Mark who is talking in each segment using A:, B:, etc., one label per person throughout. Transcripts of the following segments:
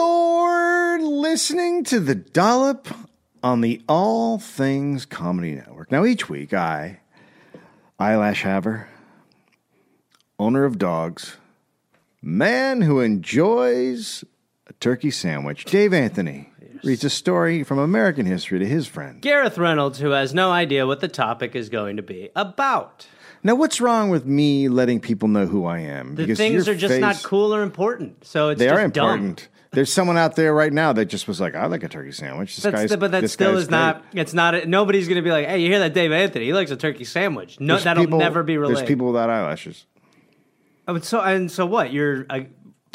A: You're listening to The Dollop on the All Things Comedy Network. Now, each week, I, eyelash haver, owner of dogs, man who enjoys a turkey sandwich, Dave Anthony, reads a story from American history to his friend.
B: Gareth Reynolds, who has no idea what the topic is going to be about.
A: Now, what's wrong with me letting people know who I am?
B: The things
A: your
B: are just not
A: face-
B: cool or important. So it's
A: They
B: just
A: are
B: dumb.
A: important. There's someone out there right now that just was like, I like a turkey sandwich. This
B: That's
A: guy's,
B: the, but that
A: this
B: still
A: guy's
B: is not. It's not. nobody's going to be like, "Hey, you hear that, Dave Anthony? He likes a turkey sandwich." No,
A: There's
B: that'll
A: people-
B: never be related.
A: There's people without eyelashes.
B: Oh, and so and so what? You're uh,
A: I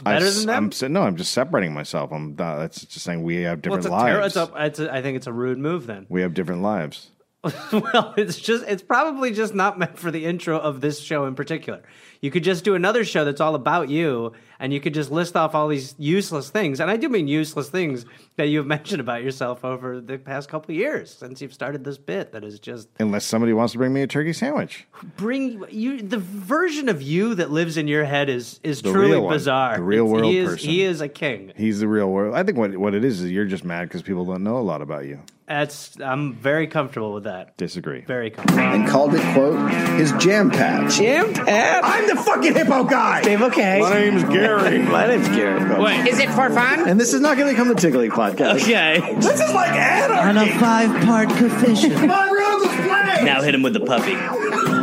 B: better
A: s-
B: than them.
A: I'm, sa- no, I'm just separating myself. I'm not, that's just saying we have
B: well,
A: different
B: it's a terror.
A: lives.
B: It's a, it's a, I think it's a rude move then.
A: we have different lives.
B: well, it's just it's probably just not meant for the intro of this show in particular. You could just do another show that's all about you, and you could just list off all these useless things, and I do mean useless things that you've mentioned about yourself over the past couple of years since you've started this bit. That is just
A: Unless somebody wants to bring me a turkey sandwich.
B: bring you the version of you that lives in your head is is
A: The
B: truly
A: real one.
B: bizarre.
A: The real
B: It's- he
A: world
B: is,
A: person.
B: He is a king.
A: He's the real world. I think what, what it is is you're just mad because people don't know a lot about you.
B: That's I'm very comfortable with that.
A: Disagree.
B: Very comfortable.
C: and called it, quote, his jam patch.
D: I'm the fucking hippo guy.
C: Dave, okay. My name's Gary. My name's Gary. Wait.
E: Is it for fun?
C: And this is not going to become the Tickling Podcast.
F: Okay.
D: This is like
F: On a
D: anarchy.
F: five part coefficient.
D: My room is playing.
F: now hit him with the puppy.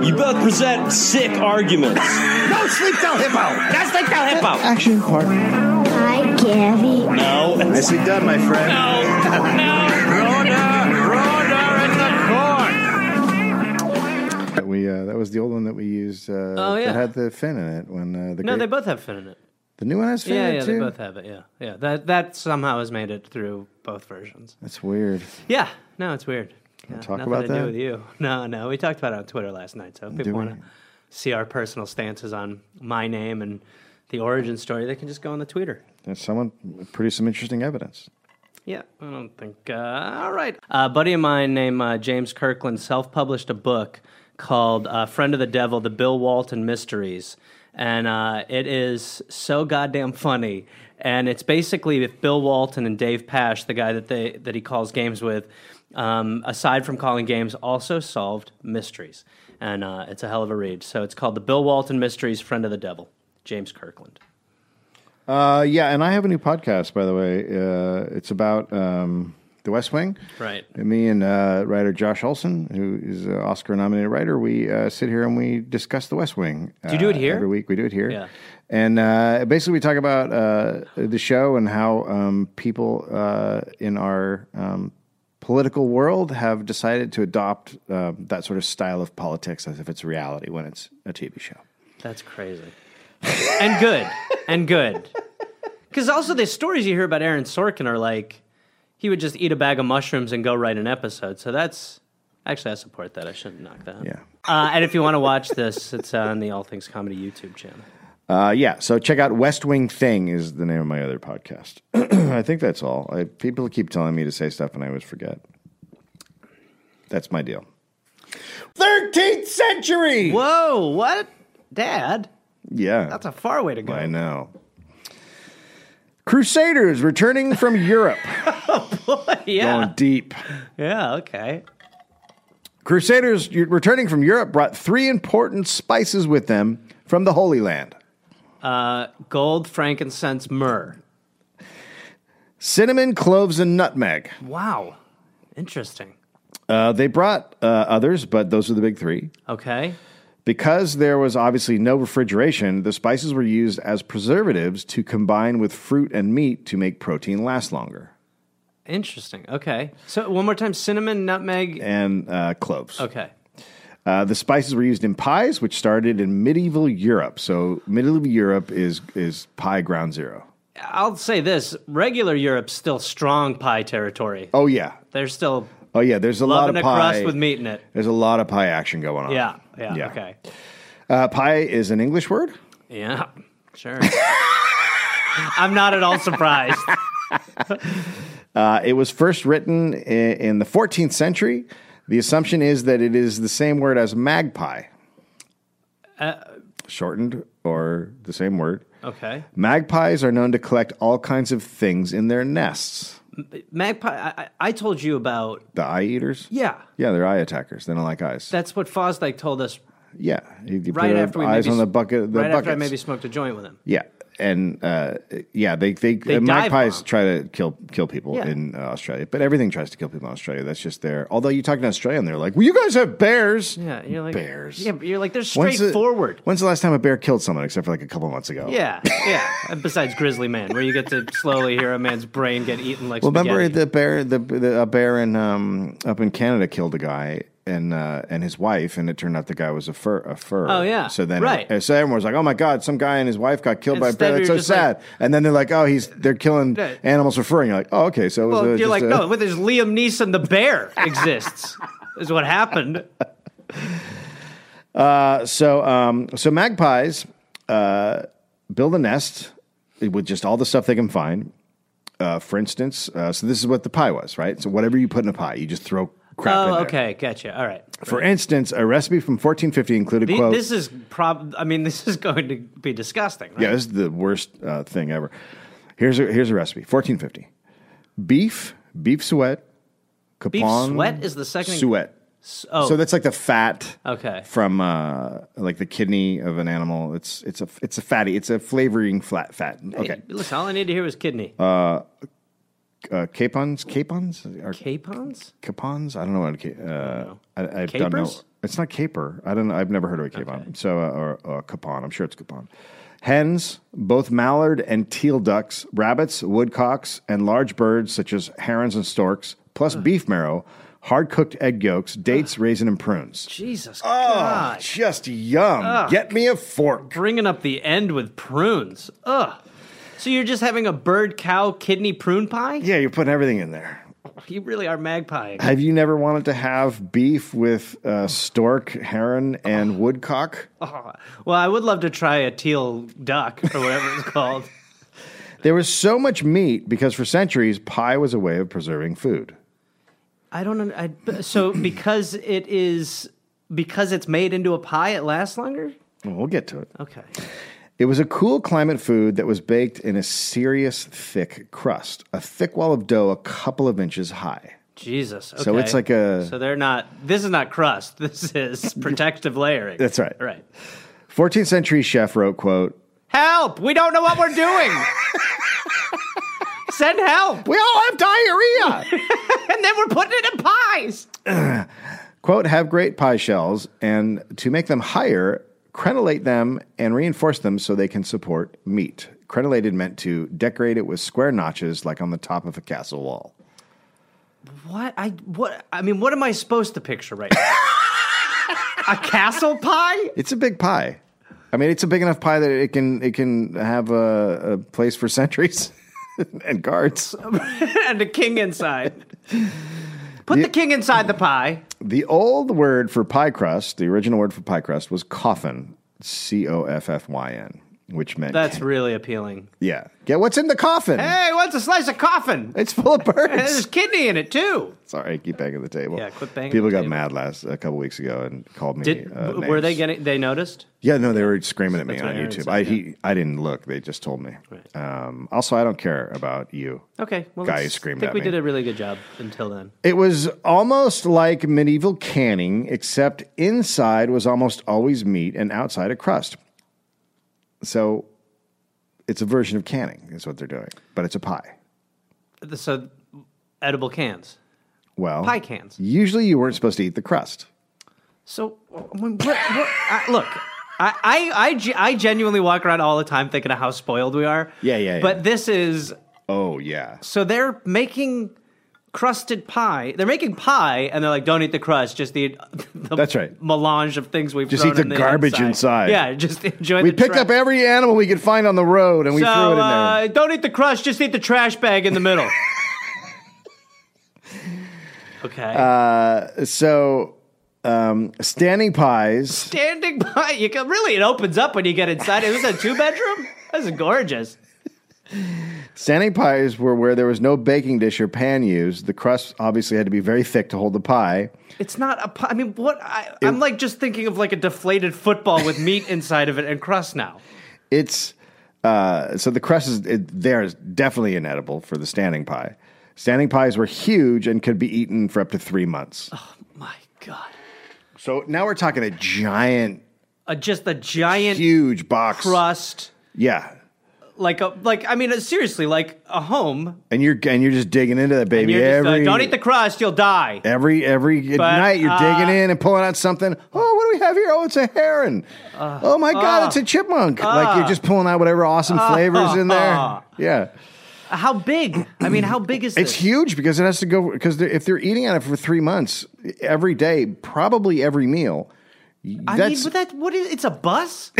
F: You both present sick arguments.
D: No sleep till hippo.
E: That's like the hippo.
F: Action part.
G: Hi, Gabby.
F: No. No.
C: Nicely done, my friend.
A: That we uh, that was the old one that we used. Uh,
B: Oh, yeah.
A: that had the fin in it when uh, the
B: No, they
A: great-
B: both have fin in it.
A: the new one has fin
B: Yeah,
A: in it
B: yeah,
A: too.
B: they both have it. Yeah, yeah. That that somehow has made it through both versions.
A: That's weird.
B: Yeah. No, it's weird. Yeah,
A: talk
B: nothing
A: about
B: to
A: that?
B: Do with you? No, no. We talked about it on Twitter last night, so if
A: we?
B: people want to see our personal stances on my name and the origin story, they can just go on the Twitter.
A: And someone produced some interesting evidence.
B: Yeah, I don't think. Uh, all right. A buddy of mine named uh, James Kirkland self published a book called uh, Friend of the Devil The Bill Walton Mysteries. And uh, it is so goddamn funny. And it's basically if Bill Walton and Dave Pash, the guy that, they, that he calls games with, um, aside from calling games, also solved mysteries. And uh, it's a hell of a read. So it's called The Bill Walton Mysteries Friend of the Devil, James Kirkland.
A: Uh, yeah, and I have a new podcast, by the way. Uh, it's about um, the West Wing.
B: Right.
A: And me and uh, writer Josh Olson, who is an Oscar-nominated writer, we uh, sit here and we discuss the West Wing. Do
B: you do it here?
A: every week? We do it here.
B: Yeah.
A: And uh, basically, we talk about uh, the show and how um, people uh, in our um, political world have decided to adopt uh, that sort of style of politics as if it's reality when it's a TV show.
B: That's crazy. and good. And good. Because also the stories you hear about Aaron Sorkin are like he would just eat a bag of mushrooms and go write an episode. So that's actually I support that. I shouldn't knock that.
A: Yeah.
B: Uh, and if you want to watch this, it's uh, on the All Things Comedy YouTube channel.
A: Uh, yeah, so check out West Wing Thing is the name of my other podcast. I think that's all. I, people keep telling me to say stuff and I always forget. That's my deal. 13th century!
B: Whoa! What, Dad?
A: Yeah.
B: That's a far way to go.
A: I know. Crusaders returning from Europe.
B: Yeah.
A: Going deep.
B: Yeah. Okay.
A: Crusaders y- returning from Europe brought three important spices with them from the Holy Land
B: Gold, frankincense, myrrh.
A: cinnamon, cloves, and nutmeg.
B: Wow. Interesting.
A: Uh, they brought uh, others, but those are the big three.
B: Okay.
A: Because there was obviously no refrigeration, the spices were used as preservatives to combine with fruit and meat to make protein last longer.
B: Interesting. Okay. So one more time: cinnamon, nutmeg.
A: And uh, cloves.
B: Okay.
A: Uh, the spices were used in pies, which started in medieval Europe. So medieval Europe is is pie ground zero.
B: I'll say this: regular Europe's still strong pie territory.
A: Oh yeah,
B: They're still
A: oh yeah. There's a lot
B: loving
A: of
B: a
A: pie.
B: crust with meat in it.
A: There's a lot of pie action going on.
B: Yeah, yeah,
A: Yeah.
B: okay,
A: Uh, pie is an English word.
B: yeah, sure. I'm not at all surprised.
A: Uh, it was first written in, in the 14th century. The assumption is that it is the same
B: Uh,
A: word as magpie, shortened or the same word.
B: Okay.
A: Magpies are known to collect all kinds of things in their nests.
B: Magpie, I, I- I told you about.
A: The eye eaters?
B: Yeah.
A: Yeah, they're eye attackers. They don't like eyes.
B: That's what Fosdike told us
A: yeah. He, he
B: right
A: put
B: after we
A: eyes
B: maybe,
A: on the bucket. The
B: right after I
A: buckets.
B: maybe smoked a joint with him.
A: Yeah, and uh, yeah, they they, uh,
B: dive
A: magpies
B: bomb.
A: try to kill kill people
B: Yeah.
A: in uh, Australia, but everything tries to kill people in Australia. That's just their. Although you talk to an Australian, they're like, "Well, you guys have bears."
B: Yeah, you're like
A: Bears.
B: Yeah, but you're like they're
A: When's the-
B: straightforward.
A: When's the last time a bear killed someone? Except for like a couple months ago.
B: Yeah, yeah. And besides Grizzly Man, where you get to slowly hear a man's brain get eaten like
A: Well, remember
B: spaghetti.
A: the bear the, the a bear in um up in Canada killed a guy. And uh, and his wife, and it turned out the guy was a fur. A fur.
B: Oh, yeah.
A: So then,
B: Right.
A: uh, so everyone was like, "Oh my god, some guy and his wife got killed by a
B: Instead,
A: bear.
B: we
A: That's
B: were
A: so
B: just like-
A: sad." and then they're like, "Oh, he's they're killing
B: Yeah.
A: animals for fur." And you're like, "Oh, okay." So it was
B: well,
A: uh,
B: you're
A: just
B: like
A: a-
B: no, but there's Liam Neeson. The bear exists. is what happened. "Oh."
A: so um, so magpies uh, build a nest with just all the stuff they can find. Uh, for instance, uh, so this is what the pie was, right? So whatever you put in a pie, you just throw crap in
B: Oh,
A: there.
B: okay, gotcha. All right.
A: For instance, a recipe from 1450 included
B: The-
A: quote.
B: this is prob. I mean, this is going to be disgusting. Right?
A: yeah, this is the worst uh, thing ever. Here's a here's a recipe. 1450. Beef, beef sweat, capon.
B: Beef sweat is the second.
A: Suet.
B: oh.
A: So that's like the fat
B: Okay.
A: from uh, like the kidney of an animal. It's it's a it's a fatty. It's a flavoring flat fat. Okay.
B: Hey, Listen, all I need to hear was kidney.
A: uh, capons, capons, or
B: Capons?
A: capons. I don't know what. a ca- Uh, I, I, don't know.
B: Capers?
A: It's not caper. I don't. know. I've never heard of a capon. So uh, or uh, capon. I'm sure it's capon. Hens, both mallard and teal ducks, rabbits, woodcocks, and large birds such as herons and storks, plus beef marrow, hard cooked egg yolks, dates, raisin, and prunes. Oh,
B: Jesus God.
A: Just yum. Get me a fork.
B: Bringing up the end with prunes. Ugh. So you're just having a bird cow kidney prune pie?
A: Yeah, you're putting everything in there.
B: You really are magpie.
A: Have you never wanted to have beef with uh, stork, heron, and woodcock?
B: Well, I would love to try a teal duck or whatever it's called.
A: There was so much meat because for centuries, pie was a way of preserving food.
B: I don't know. I, so because it is because it's made into a pie, it lasts longer.
A: Well, we'll get to it.
B: Okay.
A: It was a cool climate food that was baked in a serious thick crust, a thick wall of dough a couple of inches high.
B: Jesus. Okay.
A: So it's like a-
B: So they're not. This is not crust. This is protective layering.
A: That's right.
B: Right.
A: 14th century chef wrote, quote,
B: Help! We don't know what we're doing. Send help,
A: We all have diarrhea.
B: and then we're putting it in pies.
A: quote, have great pie shells and to make them higher, crenellate them and reinforce them so they can support meat. Crenellated meant to decorate it with square notches like on the top of a castle wall.
B: What I what I mean? What am I supposed to picture right now? a castle pie?
A: It's a big pie. I mean, it's a big enough pie that it can it can have a, a place for sentries and guards.
B: and a king inside. Put the king inside the pie.
A: The old word for pie crust, the original word for pie crust, was coffin, C O F F Y N, which meant
B: That's really appealing.
A: yeah. Get what's in the coffin?
B: Hey, what's a slice of coffin?
A: It's full of
B: There's
A: birds.
B: kidney in it too.
A: Sorry, I keep banging the table.
B: Yeah, quit banging
A: People
B: the
A: got
B: table.
A: mad last a couple weeks ago and called me.
B: Did
A: uh,
B: w- were they
A: names.
B: getting? They noticed.
A: Yeah, no, they were screaming at me
B: That's
A: on
B: what Aaron
A: YouTube.
B: said,
A: I
B: yeah.
A: he, I didn't look. They just told me.
B: Right.
A: Um, also, I don't care about you.
B: Okay. Well,
A: Guy
B: let's-
A: screamed
B: I think
A: at
B: we
A: me.
B: did a really good job until then.
A: It was almost like medieval canning, except inside was almost always meat and outside a crust. So it's a version of canning, is what they're doing, but it's a pie.
B: So, edible cans,
A: Well,
B: pie cans.
A: Usually you weren't supposed to eat the crust.
B: So, I mean, what, what, I, look, I, I, I, ge- I genuinely walk around all the time thinking of how spoiled we are.
A: Yeah, yeah, yeah.
B: But this is
A: Oh, yeah.
B: So they're making crusted pie. They're making pie, and they're like, "Don't eat the crust. Just eat the
A: That's right.
B: melange of things we've
A: Just
B: thrown
A: eat the
B: in
A: garbage inside.
B: Yeah, just enjoy.
A: We
B: the
A: picked
B: trash.
A: up every animal we could find on the road and we
B: So
A: threw it in there.
B: uh, don't eat the crust. Just eat the trash bag in the middle. okay,
A: Uh,
B: uh,
A: so, um, standing pies.
B: standing pie. You can really it opens up when you get inside. It was a two bedroom. That's gorgeous.
A: Standing pies were where there was no baking dish or pan used. The crust obviously had to be very thick to hold the pie.
B: It's not a pie. I mean, what? I, I'm like just thinking of like a deflated football with meat inside of it and crust now.
A: It's Uh, so the crust is it, there is definitely inedible for the standing pie. Standing pies were huge and could be eaten for up to three months.
B: My God.
A: So now we're talking a giant,
B: Uh, just a giant
A: huge box.
B: crust.
A: Yeah,
B: Like, a, like I mean, uh, seriously, like a home.
A: and you're and you're just digging into that baby
B: You're just, uh,
A: every
B: don't eat the crust, you'll die.
A: every every
B: But,
A: night. You're
B: uh,
A: digging in and pulling out something. Oh, what do we have here? Oh, it's a heron.
B: Uh,
A: oh my God, it's a chipmunk. like you're just pulling out whatever awesome
B: uh,
A: flavors in there. yeah.
B: How big? I mean, how big is
A: It's
B: this?
A: huge because it has to go because they're, if they're eating on it for three months every day, probably every meal.
B: I mean,
A: that's
B: but that what is? It's a bus.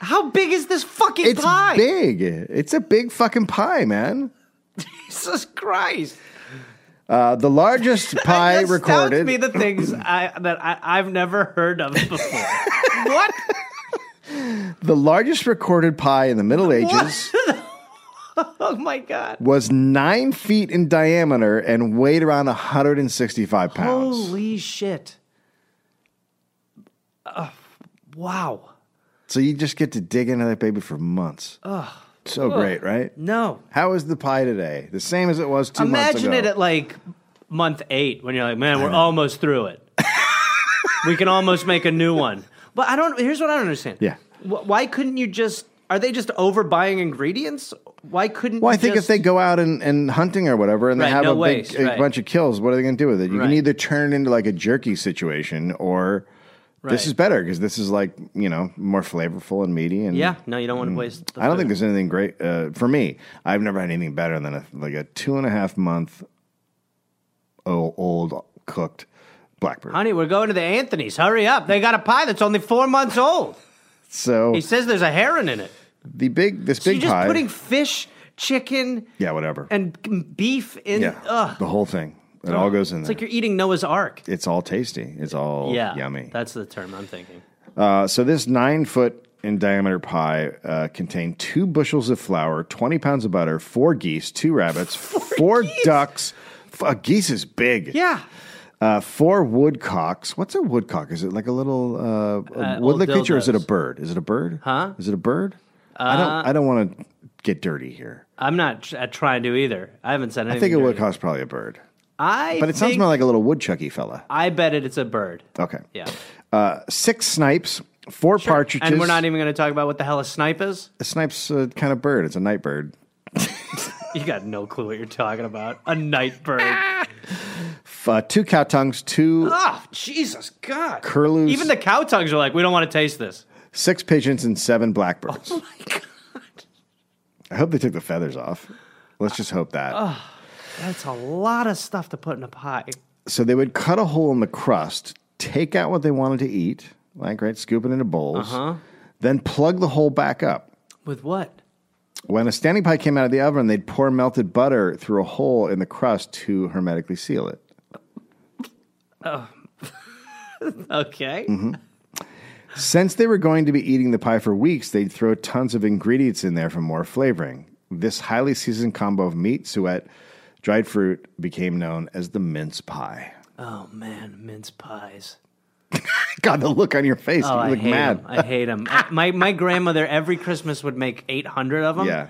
B: How big is this fucking
A: it's
B: pie?
A: big. It's a big fucking pie, man.
B: Jesus Christ!
A: Uh, the largest pie
B: That astounds
A: recorded.
B: me the things I, that I, I've never heard of before. what?
A: the largest recorded pie in the Middle Ages
B: Oh my God!
A: was nine feet in diameter and weighed around 165 pounds.
B: Holy shit! Ugh, wow!
A: So you just get to dig into that baby for months. so great, right?
B: No,
A: How is the pie today? The same as it was two months ago.
B: Imagine it at like month eight when you're like, man, we're almost through it. we can almost make a new one. But I don't. Here's what I don't understand.
A: Yeah.
B: Wh- Why couldn't you just? Are they just overbuying ingredients? Why couldn't?
A: Well, I
B: you
A: think
B: just-
A: if they go out and, and hunting or whatever, and they
B: Right,
A: have
B: no
A: a,
B: waste,
A: big, a
B: right.
A: bunch of kills, what are they going to do with it? You
B: Right.
A: can either turn it into like a jerky situation, or
B: Right.
A: this is better because this is like you know more flavorful and meaty. And
B: yeah, no, you don't want to waste. The
A: Mm, I don't
B: food.
A: think there's anything great uh, for me. I've never had anything better than a, like a two and a half month old, old cooked blackbird.
B: Honey, we're going to the Anthony's. Hurry up! They got a pie that's only four months old.
A: So
B: He says there's a heron in it.
A: the big this
B: So
A: big
B: you're just
A: pie,
B: putting fish, chicken,
A: yeah, whatever,
B: and g- beef in.
A: yeah,
B: Ugh.
A: the whole thing. It all goes in
B: It's
A: there.
B: like you're eating Noah's Ark.
A: it's all tasty. It's all
B: yeah,
A: yummy.
B: That's the term I'm thinking.
A: Uh, so this nine foot in diameter pie uh, contained two bushels of flour, 20 pounds of butter, four geese, two rabbits, four,
B: geese?
A: ducks. F- A geese is big.
B: Yeah.
A: Uh, four woodcocks. What's a woodcock? Is it like a little uh, a woodland
B: old
A: creature? Or is it a
B: dildos.
A: bird? Is it a bird?
B: Huh? Uh,
A: Is it a bird? I don't. I don't want to get dirty here.
B: I'm not tr- trying to either. I haven't said anything.
A: I think a
B: dirty.
A: woodcock's probably a bird,
B: I
A: but it sounds
B: think-
A: more like a little woodchucky fella.
B: I bet it. It's a bird.
A: Okay.
B: Yeah.
A: Uh, six snipes, four partridges.
B: And we're not even going to talk about what the hell a snipe is.
A: a snipe's a kind of bird. It's a night bird.
B: You got no clue what you're talking about. A night
A: Ah!
B: bird.
A: uh, two cow tongues, two
B: oh, Jesus God.
A: Curlews.
B: Even the cow tongues are like, we don't want to taste this.
A: six pigeons, and seven blackbirds.
B: Oh my God.
A: I hope they took the feathers off. Let's just hope that.
B: That's a lot of stuff to put in a pie.
A: so they would cut a hole in the crust, take out what they wanted to eat, like right, scoop it into bowls,
B: Uh-huh.
A: then plug the hole back up.
B: With what?
A: When a standing pie came out of the oven, they'd pour melted butter through a hole in the crust to hermetically seal it.
B: Okay.
A: Mm-hmm. Since they were going to be eating the pie for weeks, they'd throw tons of ingredients in there for more flavoring. This highly seasoned combo of meat, suet, dried fruit became known as the mince pie.
B: Oh, man. Mince pies.
A: God, the look on your face.
B: Oh,
A: you
B: I
A: look
B: hate
A: mad.
B: them. I hate them. my, my grandmother, every Christmas, would make 800 of them.
A: Yeah.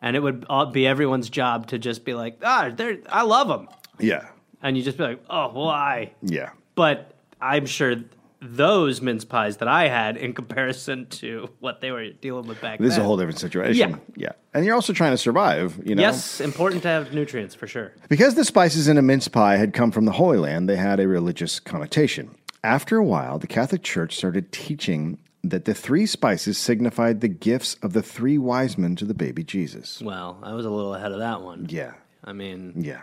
B: And it would all be everyone's job to just be like, ah, they're, I love them.
A: Yeah.
B: And you just be like, oh, why?
A: Yeah.
B: But I'm sure those mince pies that I had in comparison to what they were dealing with back
A: This is
B: then.
A: a whole different situation.
B: Uh, Yeah.
A: Yeah. And you're also trying to survive, you know?
B: Yes, important to have nutrients for sure.
A: Because the spices in a mince pie had come from the Holy Land, they had a religious connotation. After a while, the Catholic Church started teaching that the three spices signified the gifts of the three wise men to the baby Jesus.
B: Well, I was a little ahead of that one.
A: Yeah.
B: I mean,
A: Yeah.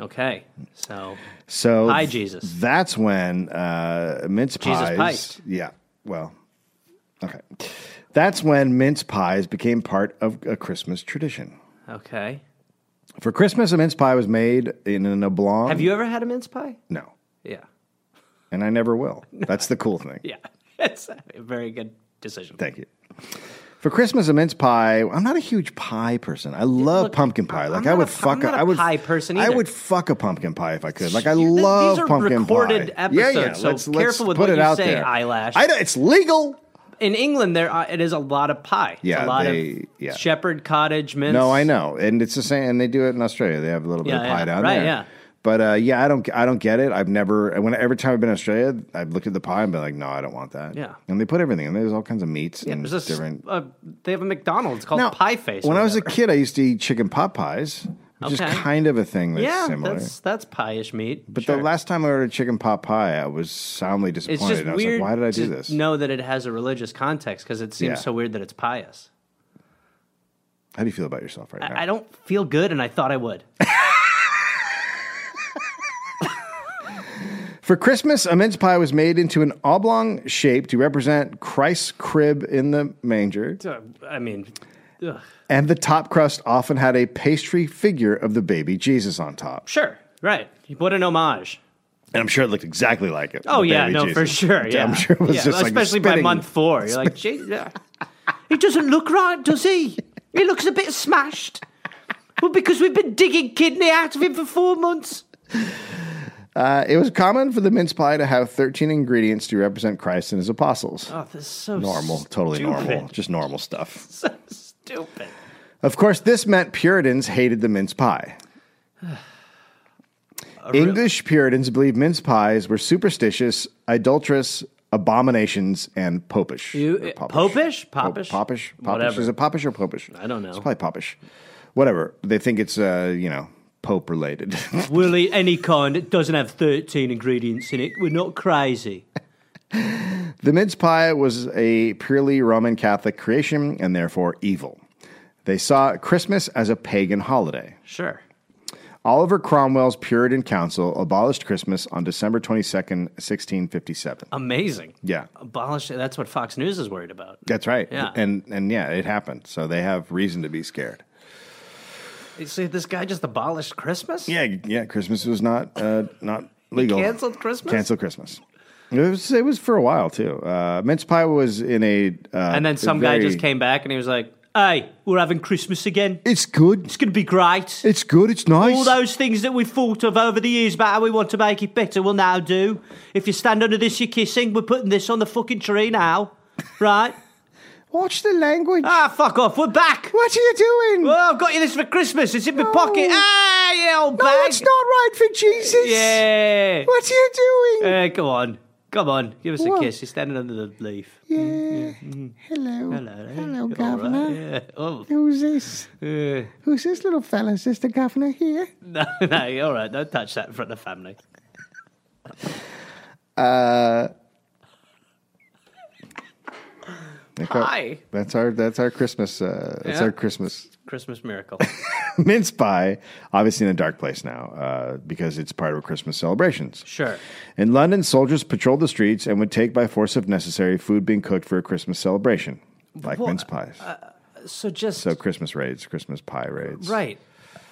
B: okay. So,
A: So
B: Pie
A: th-
B: Jesus.
A: That's when uh, mince pies.
B: Jesus piked.
A: Yeah. Well. Okay. That's when mince pies became part of a Christmas tradition.
B: okay.
A: For Christmas, a mince pie was made in an oblong.
B: Have you ever had a mince pie?
A: No.
B: Yeah.
A: And I never will. That's the cool thing.
B: Yeah. It's a very good decision.
A: Thank you. For Christmas, a mince pie. I'm not a huge pie person. I love
B: look,
A: pumpkin pie.
B: I'm
A: Like
B: not
A: I would
B: a- I'm
A: fuck.
B: not a
A: I would
B: pie person
A: I
B: either.
A: would fuck a pumpkin pie if I could. Like I
B: Th- these
A: love
B: are
A: pumpkin pie.
B: recorded
A: yeah, yeah.
B: episodes, so
A: let's,
B: careful
A: let's
B: with
A: put
B: what
A: it
B: you
A: out
B: say,
A: there.
B: eyelash.
A: I don't- it's legal.
B: in England, there are, it is a lot of pie. It's
A: Yeah,
B: a lot
A: they-
B: of
A: yeah.
B: shepherd cottage mince.
A: No, I know, and it's the same. And they do it in Australia. They have a little bit of
B: Yeah,
A: pie
B: yeah.
A: down
B: Right,
A: there.
B: yeah.
A: But uh, yeah, I don't, I don't get it. I've never, when every time I've been in Australia, I've looked at the pie and been like, no, I don't want that.
B: Yeah.
A: And they put everything in. there. There's all kinds of meats and
B: There's a s-
A: different.
B: uh, they have a McDonald's called
A: Now,
B: Pie Face. or
A: When I was a
B: whatever.
A: kid, I used to eat chicken pot pies, which
B: Okay.
A: is kind of a thing that's
B: yeah,
A: similar.
B: that's that's pie-ish meat.
A: but
B: sure.
A: the last time I ordered chicken pot pie, I was soundly
B: it's
A: disappointed.
B: just
A: I was
B: weird.
A: like, why did I do
B: to
A: this?
B: Know that it has a religious context because it seems
A: Yeah.
B: so weird that it's pious.
A: How do you feel about yourself right now?
B: I, I don't feel good, and I thought I would.
A: For Christmas, a mince pie was made into an oblong shape to represent Christ's crib in the manger,
B: Uh, I mean, ugh.
A: and the top crust often had a pastry figure of the baby Jesus on top.
B: sure, right? What an homage.
A: And I'm sure it looked exactly like it.
B: Oh
A: the
B: yeah,
A: baby
B: no,
A: Jesus.
B: for sure. Yeah,
A: I'm sure it was
B: Yeah,
A: just like
B: especially by
A: spinning.
B: month four. You're like, "Gee, yeah. he doesn't look right, does he? He looks a bit smashed. Well, because we've been digging kidney out of him for four months.
A: Uh, it was common for the mince pie to have 13 ingredients to represent Christ and his apostles.
B: Oh, this is so
A: normal, totally
B: stupid.
A: normal, just normal stuff.
B: So stupid.
A: Of course, this meant Puritans hated the mince pie. English Puritans believed mince pies were superstitious, adulterous, abominations, and popish.
B: You-
A: Or
B: popish?
A: Po-
B: Popish?
A: Popish? Popish?
B: Whatever.
A: Is it popish or popish?
B: I don't know.
A: It's probably popish. Whatever. They think it's, uh, you know, pope related.
B: We'll eat any kind that doesn't have 13 ingredients in it. We're not crazy.
A: the mince pie was a purely Roman Catholic creation and therefore evil. They saw Christmas as a pagan holiday.
B: Sure.
A: Oliver Cromwell's Puritan Council abolished Christmas on December 22nd, 1657.
B: Amazing.
A: Yeah.
B: Abolish it. That's what Fox News is worried about.
A: That's right.
B: Yeah.
A: And and yeah, it happened. So they have reason to be scared.
B: You see, this guy just abolished Christmas?
A: Yeah, yeah, Christmas was not uh, not legal.
B: canceled Christmas?
A: Canceled Christmas. It was it was for a while too. Uh, mince pie was in a uh,
B: And then some guy
A: very-
B: just came back and he was like, hey, we're having Christmas again.
A: It's good.
B: It's going to be great.
A: It's good. It's nice.
B: All those things that we thought of over the years about how we want to make it better, we'll now do. If you stand under this, you're kissing. We're putting this on the fucking tree now. Right?
A: Watch the language.
B: ah, fuck off. We're back.
A: What are you doing?
B: Oh, I've got you this for Christmas. It's in my pocket. Ah, you old bag.
A: no, it's not right for Jesus.
B: Yeah.
A: What are you doing?
B: Eh, come on. Come on. Give us
A: What?
B: a kiss. You're standing under the leaf.
A: Hello.
B: mm-hmm. Hello, eh?
A: Hello,
B: All
A: Governor.
B: right, yeah. Oh,
A: Who's this?
B: eh.
A: Who's this little fella? Is this the governor here?
B: no, no, you're all right. Don't touch that in front of the family. Hi.
A: That's our that's our Christmas. Uh, that's
B: Yeah.
A: our Christmas
B: Christmas miracle.
A: mince pie. Obviously in a dark place now uh, because it's part of Christmas celebrations.
B: Sure.
A: In London, soldiers patrolled the streets and would take by force if necessary food being cooked for a Christmas celebration, like
B: Well,
A: mince pies.
B: So just
A: so Christmas raids, Christmas pie raids.
B: Uh, right.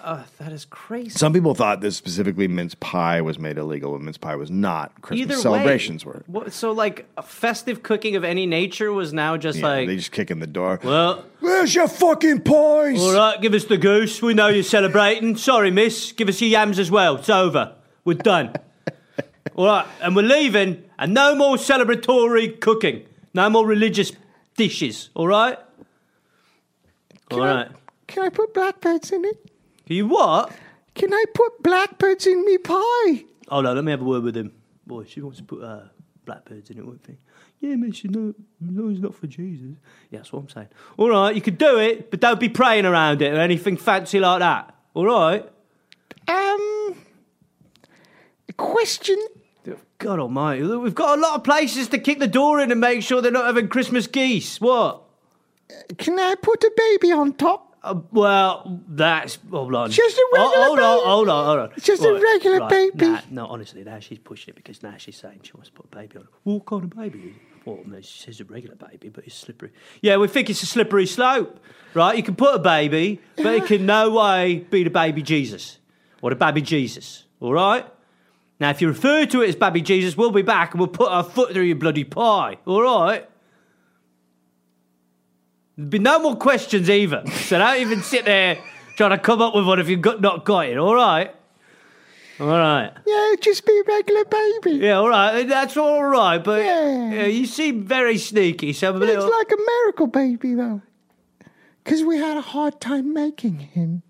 B: Uh, that is crazy.
A: Some people thought that specifically mince pie was made illegal, and mince pie was not. Christmas
B: Either
A: celebrations
B: way,
A: were.
B: What, so like a festive cooking of any nature was now just
A: Yeah,
B: like
A: they just kick in the door.
B: well,
A: Where's your fucking pies?
B: All right, give us the goose. We know you're celebrating. Sorry, miss. Give us your yams as well. It's over. We're done. All right, and we're leaving, and no more celebratory cooking. No more religious dishes. All right? All right.
A: Can I put blackbirds in it?
B: You what?
A: Can I put blackbirds in me pie?
B: Hold on, let me have a word with him. Boy, she wants to put uh, blackbirds in it, won't she? Yeah, man, she no, no, it's not for Jesus. Yeah, that's what I'm saying. All right, you could do it, but don't be praying around it or anything fancy like that. All right?
A: Um, question.
B: God almighty, look, we've got a lot of places to kick the door in and make sure they're not having Christmas geese. What?
A: Can I put a baby on top?
B: Uh, well, that's. Hold on.
A: Just a regular
B: oh, hold
A: baby.
B: on, hold on, hold on.
A: Just a regular baby.
B: Nah, no, honestly, now she's pushing it because now she's saying she wants to put a baby on. What kind of baby is it? Well, no, she says a regular baby, but it's slippery. Yeah, we think it's a slippery slope, right? You can put a baby, but it can no way be the baby Jesus or the baby Jesus, all right? Now, if you refer to it as baby Jesus, we'll be back and we'll put our foot through your bloody pie, all right? There'd be no more questions either. So don't even sit there trying to come up with one if you've got, not got it, all right? All right.
A: Yeah, just be a regular baby.
B: Yeah, all right. That's all right, but
A: Yeah.
B: yeah, you seem very sneaky. So I'm a
A: It's
B: little.
A: like a miracle baby, though. Because we had a hard time making him.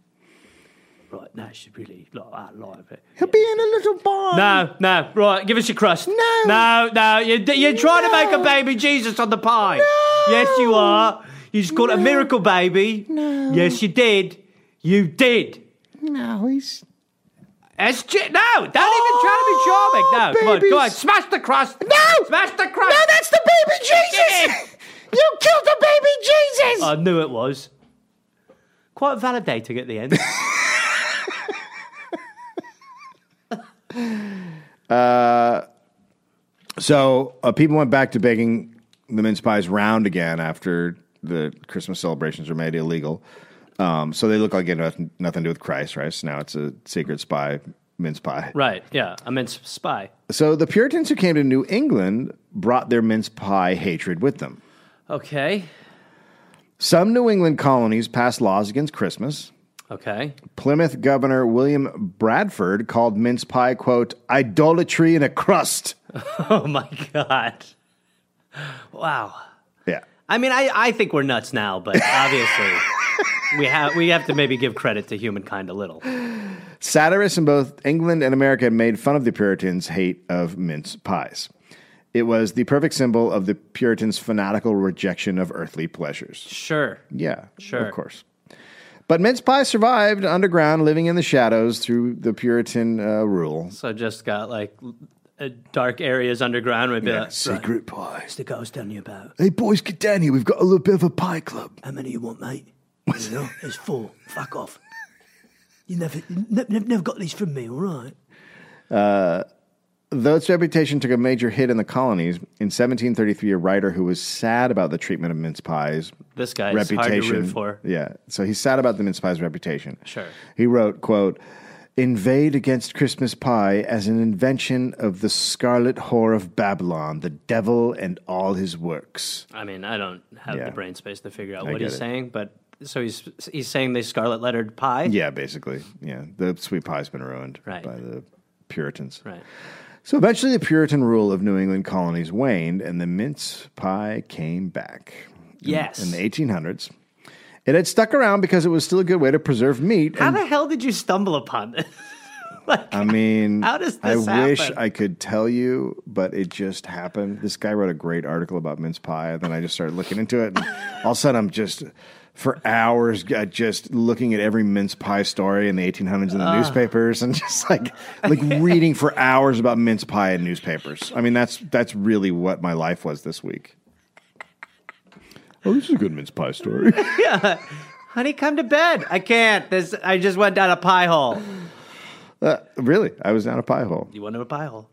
B: right, no, she's really like that live. it.
A: He'll be in a little barn.
B: No, no, right, give us your crust.
A: No.
B: No, no, you, you're trying to make a
A: No.
B: baby Jesus on the pie.
A: No.
B: Yes, you are. You just called it a miracle baby.
A: No.
B: Yes, you did. You did.
A: No, he's.
B: That's j- no, don't even try to be charming. No,
A: babies.
B: come on, go on, smash the crust.
A: No!
B: Smash the crust.
A: No, that's the baby
B: Yeah.
A: Jesus! you killed the baby Jesus!
B: I knew it was. Quite validating at the end.
A: So uh, people went back to baking the mince pies round again after the Christmas celebrations were made illegal. Um, so they look like it had nothing, nothing to do with Christ, right? So now it's a sacred spy mince pie.
B: right, yeah. I meant spy.
A: So the Puritans who came to New England brought their mince pie hatred with them.
B: Okay.
A: Some New England colonies passed laws against Christmas.
B: Okay.
A: Plymouth Governor William Bradford called mince pie, quote, idolatry in a crust.
B: Oh my god. Wow.
A: Yeah.
B: I mean, I, I think we're nuts now, but obviously we have we have to maybe give credit to humankind a little.
A: Satirists in both England and America made fun of the Puritans' hate of mince pies. It was the perfect symbol of the Puritans' fanatical rejection of earthly pleasures.
B: Sure.
A: Yeah,
B: Sure.
A: Of course. But mince pie survived underground, living in the shadows through the Puritan uh, rule.
B: So just got like uh, dark areas underground. uh, We'd be like, "Right,
A: Secret pie.
B: what's the girls telling you about?
A: Hey, boys, get down here. We've got a little bit of a pie club.
B: How many you want, mate? I don't know. There's four. Fuck off. You never, ne- ne- never got these from me, all right?
A: Though its reputation took a major hit in the colonies, in 1733, a writer who was sad about the treatment of mince pies
B: This guy's hard to
A: reputation.
B: root for.
A: Yeah. So he's sad about the mince pie's reputation.
B: Sure.
A: He wrote, quote, Invade against Christmas pie as an invention of the scarlet whore of Babylon, the devil and all his works.
B: I mean, I don't have
A: Yeah.
B: the brain space to figure out
A: I
B: what
A: get
B: he's
A: it.
B: saying, but so he's he's saying the scarlet lettered pie.
A: Yeah, basically. Yeah. The sweet pie's been ruined
B: Right.
A: by the Puritans.
B: Right.
A: So eventually the Puritan rule of New England colonies waned and the mince pie came back.
B: Yes.
A: In the 1800s. It had stuck around because it was still a good way to preserve meat.
B: How
A: and-
B: the hell did you stumble upon this? like,
A: I mean,
B: How does this
A: I wish
B: happen?
A: I could tell you, but it just happened. This guy wrote a great article about mince pie, and then I just started looking into it. And all of a sudden, I'm just for hours uh, just looking at every mince pie story in the 1800s in the newspapers, and just like like reading for hours about mince pie in newspapers. I mean, that's that's really what my life was this week. Oh, this is a good mince pie story.
B: honey, come to bed. I can't. This. I just went down a pie hole.
A: uh, really, I was down a pie hole.
B: You went down a pie hole.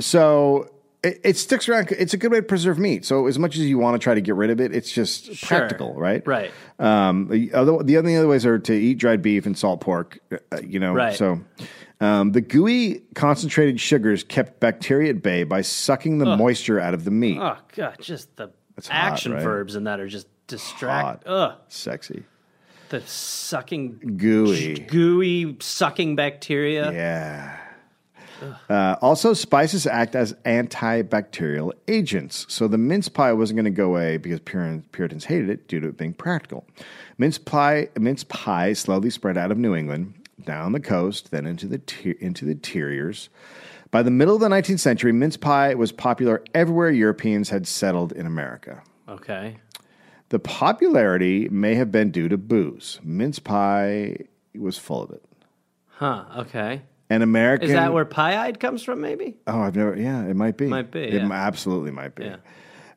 A: So it, it sticks around. It's a good way to preserve meat. So as much as you want to try to get rid of it, it's just
B: Sure.
A: practical, right?
B: Right.
A: Um, the other the only other ways are to eat dried beef and salt pork. uh, you know,
B: Right.
A: so. Um, the gooey concentrated sugars kept bacteria at bay by sucking the moisture out of the meat.
B: Oh god, just the
A: hot,
B: action
A: right?
B: verbs in that are just distract.
A: Hot.
B: Ugh,
A: Sexy,
B: the sucking
A: gooey.
B: gooey sucking bacteria.
A: Yeah. Uh, also, spices act as antibacterial agents. So the mince pie wasn't going to go away because Purin- Puritans hated it due to it being practical. Mince pie, mince pie slowly spread out of New England, down the coast, then into the, te- into the terriers. By the middle of the 19th century, mince pie was popular everywhere Europeans had settled in America.
B: Okay.
A: The popularity may have been due to booze. Mince pie was full of it.
B: Huh. Okay.
A: And American
B: Is that where pie-eyed comes from? Maybe.
A: Oh, I've never. Yeah, it might be.
B: Might be,
A: It
B: yeah.
A: m- absolutely might be.
B: Yeah.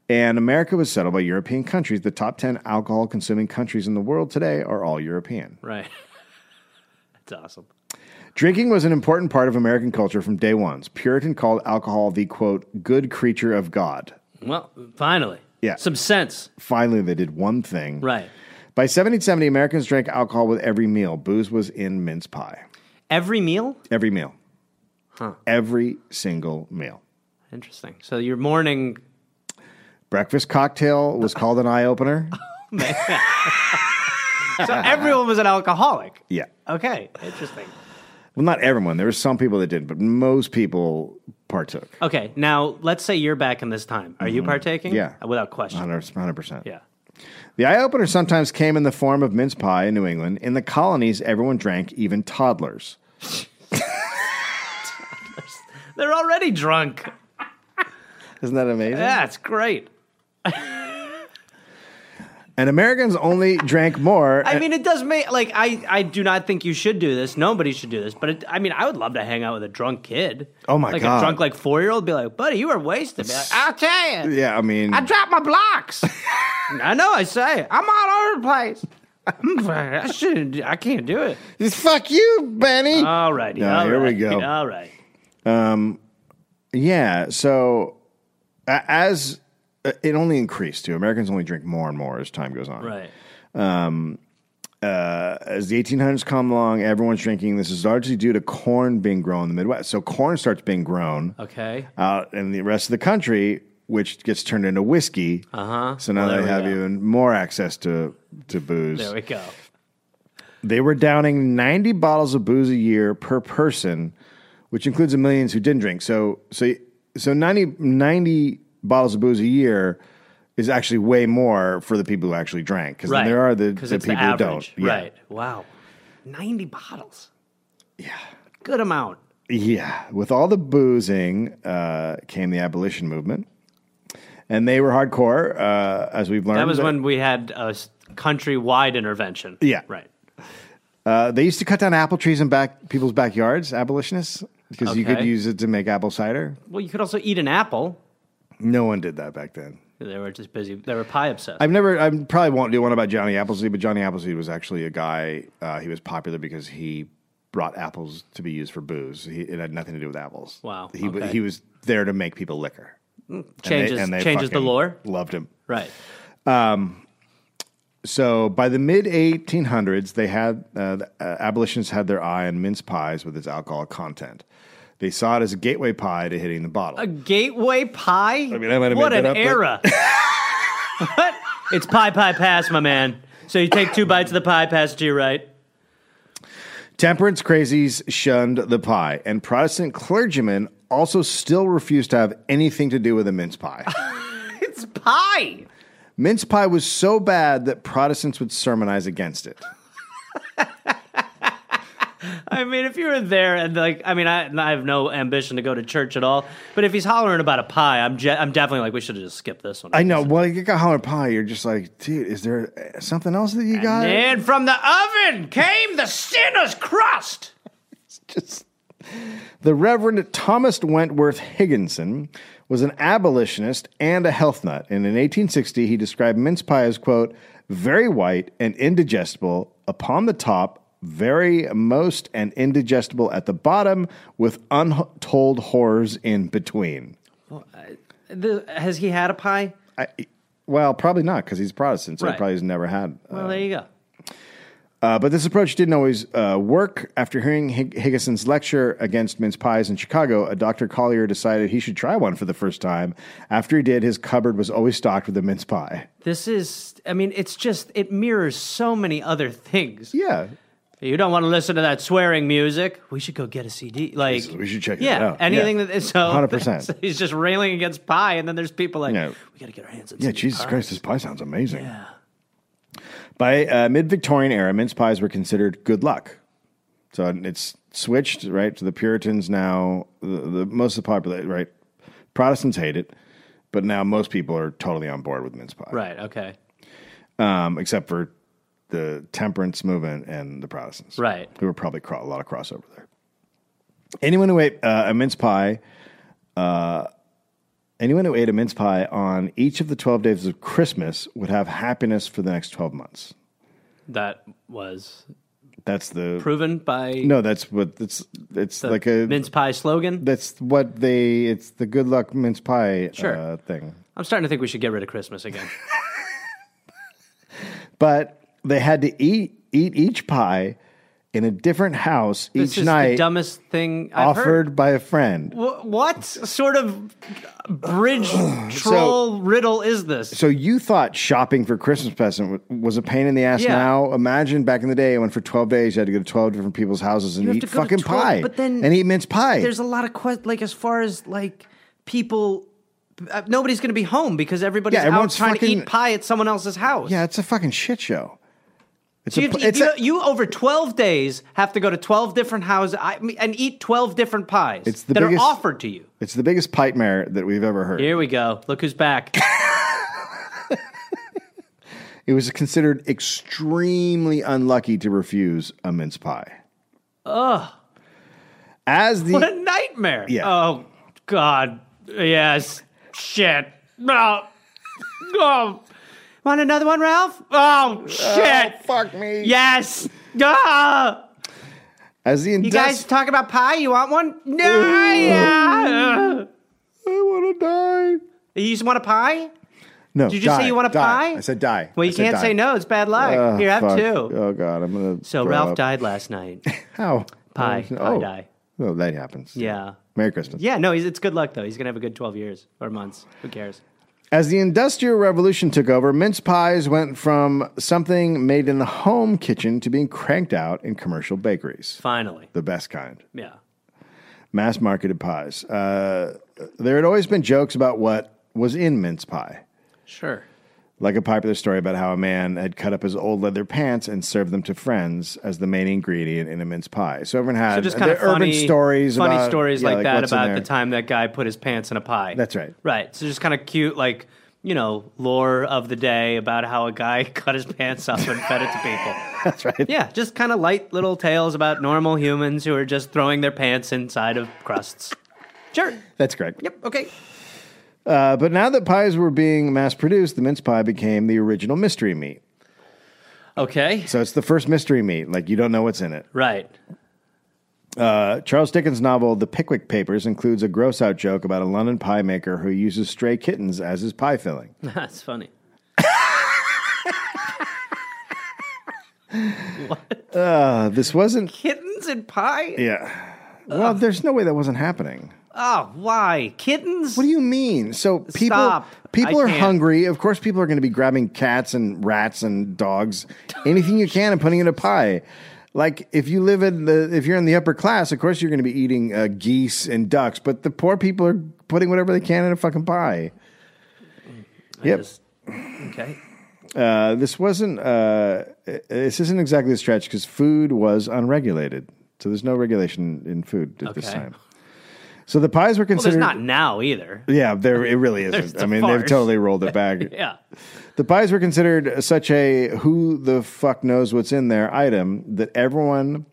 A: And America was settled by European countries. The top ten alcohol-consuming countries in the world today are all European.
B: Right. That's awesome.
A: Drinking was an important part of American culture from day ones. Puritan called alcohol the quote good creature of God.
B: Well, finally.
A: Yeah.
B: Some sense.
A: Finally, they did one thing
B: Right.
A: By 1770, Americans drank alcohol with every meal. Booze was in mince pie.
B: Every meal.
A: Every meal. Every single meal.
B: Interesting. So your morning.
A: Breakfast cocktail was called an eye opener.
B: So everyone was an alcoholic.
A: Yeah.
B: Okay. Interesting.
A: Well, not everyone. There were some people that didn't, but most people partook.
B: Okay, now let's say you're back in this time. Are you partaking?
A: Mm-hmm. Yeah. Uh-huh.
B: Uh, Without question.
A: 100 percent.
B: Yeah.
A: The eye opener sometimes came in the form of mince pie in New England. In the colonies, everyone drank, even toddlers.
B: They're already drunk.
A: Isn't that amazing?
B: Yeah, it's great.
A: And Americans only drank more.
B: I mean, it does make like I I do not think you should do this. Nobody should do this. But it, I mean, I would love to hang out with a drunk kid.
A: Oh, my
B: like
A: God.
B: a drunk like four year old be like, buddy, you are wasted. Be like, I'll tell you,
A: yeah, I mean,
B: I dropped my blocks. I know. I say it. I'm all over the place. I'm- I shouldn't. I can't do it.
A: fuck you, Benny.
B: All righty.
A: No,
B: all
A: here we
B: right,
A: go.
B: All right.
A: Yeah. So a- as uh, it only increased too, Americans only drink more and more as time goes on.
B: Right.
A: As the 1800s come along, everyone's drinking. This is largely due to corn being grown in the Midwest. So corn starts being grown
B: Okay.
A: out in the rest of the country, which gets turned into whiskey. Uh huh. So now
B: Uh-huh. Well, there
A: they
B: we
A: have
B: go.
A: even more access to to booze.
B: There we go.
A: They were downing 90 bottles of booze a year per person, which includes the millions who didn't drink. So, so, so 90, 90 bottles of booze a year is actually way more for the people who actually drank because
B: Right.
A: there are the,
B: 'Cause
A: the
B: it's
A: people who don't.
B: average.
A: Yeah.
B: Right. Wow. Ninety bottles. Yeah. Good amount.
A: Yeah. With all the boozing uh, came the abolition movement. And they were hardcore, uh, as we've learned.
B: That was
A: They-
B: when we had a s- countrywide intervention.
A: Yeah.
B: Right.
A: uh, they used to cut down apple trees in back people's backyards. Abolitionists, because you could
B: Okay.
A: use it to make apple cider.
B: Well, you could also eat an apple.
A: No one did that back then.
B: They were just busy. They were pie obsessed.
A: I've never, I probably won't do one about Johnny Appleseed, but Johnny Appleseed was actually a guy. Uh, he was popular because he brought apples to be used for booze. He, it had nothing to do with apples.
B: Wow,
A: He, w
B: okay.
A: he was there to make people liquor. And they-
B: changes
A: and they
B: changes the
A: fucking
B: lore.
A: Loved him.
B: Right.
A: So by the mid 1800s, they had uh, the, uh, abolitionists had their eye on mince pies with its alcohol content. They saw it as a gateway pie to hitting the bottle.
B: A gateway pie. I
A: mean, I might have
B: what
A: made
B: an
A: that up, but-
B: era. what? It's pie, pie, pass, my man. So you take two bites of the pie, pass it to your right.
A: Temperance crazies shunned the pie, and Protestant clergymen also still refused to have anything to do with a mince pie.
B: It's pie.
A: Mince pie was so bad that Protestants would sermonize against it.
B: I mean, if you were there and like, I mean, I, I have no ambition to go to church at all. But if he's hollering about a pie, I'm je- I'm definitely like, we should have just skipped this one.
A: I know. Well, you got holler pie. You're just like, dude, is there uh, something else that you got?
B: And from the oven came the sinner's crust.
A: Just- The Reverend Thomas Wentworth Higginson was an abolitionist and a health nut. And in 1860, he described mince pie as, quote, very white and indigestible upon the top, very most and indigestible at the bottom, with untold horrors in between.
B: The, has he had a pie?
A: I, well, probably not because he's Protestant, so he
B: Right.
A: probably has never had. uh,
B: Well, there you go.
A: Uh, but this approach didn't always uh, work. After hearing Hig- Higginson's lecture against mince pies in Chicago, a Dr. Collier decided he should try one for the first time. After he did, his cupboard was always stocked with a mince pie.
B: This is, I mean, it's just, it mirrors so many other things.
A: Yeah.
B: You don't want to listen to that swearing music. We should go get a CD. Like,
A: we should check it
B: yeah,
A: out.
B: Anything
A: Yeah.
B: that is so
A: 100%.
B: so He's just railing against pie, and then there's people like,
A: Yeah.
B: we got to get our hands on.
A: Yeah,
B: some
A: Jesus
B: pie."
A: Christ, this pie sounds amazing. By uh, mid Victorian era, mince pies were considered good luck. So it's switched, right, to the Puritans now. The, the most of the popular, right? Protestants hate it, but now most people are totally on board with mince pie.
B: Right. Okay.
A: um, except for the temperance movement and the Protestants.
B: Right.
A: There were probably cro- a lot of crossover there. Anyone who ate uh, a mince pie, uh, anyone who ate a mince pie on each of the 12 days of Christmas would have happiness for the next 12 months.
B: That was
A: That's the.
B: proven by
A: no, that's what it's it's
B: the
A: like a
B: mince pie slogan.
A: that's what they it's the good luck mince pie
B: Sure.
A: uh, thing.
B: I'm starting to think we should get rid of Christmas again.
A: but they had to eat eat each pie in a different house
B: This
A: each
B: is the
A: night,
B: dumbest thing I've
A: offered
B: heard.
A: by a friend.
B: Wh- What sort of bridge troll riddle is this?
A: So you thought shopping for Christmas present wa- was a pain in the ass.
B: Yeah.
A: Now imagine back in the day when for twelve days you had to go to twelve different people's houses and
B: have
A: eat
B: to go to
A: fucking
B: 12
A: pie,
B: but then
A: and eat mince pie.
B: There's a lot of questions, like as far as like people. Uh, nobody's going to be home because everybody's out
A: everyone's
B: trying
A: fucking-
B: to eat pie at someone else's house.
A: yeah, it's a fucking shit show. It's
B: So
A: a,
B: you, have to,
A: it's
B: you,
A: a-
B: you over 12 days have to go to 12 different houses I, mean, and eat 12 different pies
A: It's the
B: that
A: biggest-
B: are offered to you.
A: it's the biggest pipemare that we've ever heard.
B: Here we go. Look who's back.
A: It was considered extremely unlucky to refuse a mince pie. Ugh. As the
B: what a nightmare.
A: Yeah.
B: Oh, God. Yes. Shit. No. Oh. Want another one, Ralph? Oh, shit.
A: fuck me.
B: Yes. Ah.
A: As the
B: You guys
A: industry,
B: talk about pie? You want one? No.
A: I
B: yeah.
A: want to die.
B: You just want a pie?
A: No.
B: Did you just say
A: die,
B: you want a
A: die.
B: pie?
A: I said die.
B: Well, you
A: I said
B: can't
A: die.
B: say no. It's bad luck.
A: Oh,
B: Here, have
A: fuck.
B: two.
A: Oh god, I'm gonna.
B: So
A: throw
B: Ralph
A: up.
B: died last night.
A: How?
B: Pie.
A: Oh,
B: Pie die.
A: Well, that happens.
B: Yeah.
A: Merry Christmas.
B: Yeah, no, he's, it's good luck though. He's gonna have a good twelve years or months. Who cares?
A: As the Industrial Revolution took over, mince pies went from something made in the home kitchen to being cranked out in commercial bakeries.
B: Finally,
A: The best kind.
B: yeah.
A: mass marketed pies. Uh, there had always been jokes about what was in mince pie,
B: Sure.
A: like a popular story about how a man had cut up his old leather pants and served them to friends as the main ingredient in a mince pie. So everyone had
B: So just kind
A: their
B: of funny
A: urban stories,
B: funny
A: about-
B: stories
A: yeah,
B: like, that
A: what's in
B: about
A: there.
B: the time that guy put his pants in a pie.
A: That's right.
B: Right. So just kind of cute, like you know, lore of the day about how a guy cut his pants up and fed it to people.
A: That's right.
B: Yeah, just kind of light little tales about normal humans who are just throwing their pants inside of crusts. Sure.
A: That's correct.
B: Yep. Okay.
A: Uh, but now that pies were being mass produced, the mince pie became the original mystery meat.
B: Okay.
A: So it's the first mystery meat. Like you don't know what's in it. Uh,
B: Right.
A: Charles Dickens' novel The Pickwick Papers includes a gross out joke about a London pie maker who uses stray kittens as his pie filling.
B: That's funny.
A: Uh, this wasn't
B: Kittens and pie?
A: Yeah. Well, there's no way that wasn't happening.
B: Oh, why? Kittens?
A: What do you mean? So people
B: Stop.
A: people
B: I
A: are
B: can't.
A: hungry. Of course people are going to be grabbing cats and rats and dogs, anything you can and putting it in a pie. Like if you live in the if you're in the upper class, of course you're going to be eating uh, geese and ducks, but the poor people are putting whatever they can in a fucking pie. Yep.
B: Just- okay.
A: Uh, this wasn't uh, it- this isn't exactly a stretch because food was unregulated. So there's no regulation in food at this
B: Okay.
A: time. So the pies were
B: Well, there's
A: considered
B: not now either.
A: Yeah, there it really
B: There's
A: isn't.
B: the
A: I mean, they've
B: farce.
A: totally rolled it back.
B: Yeah.
A: The pies were considered such a who the fuck knows what's in there item that everyone,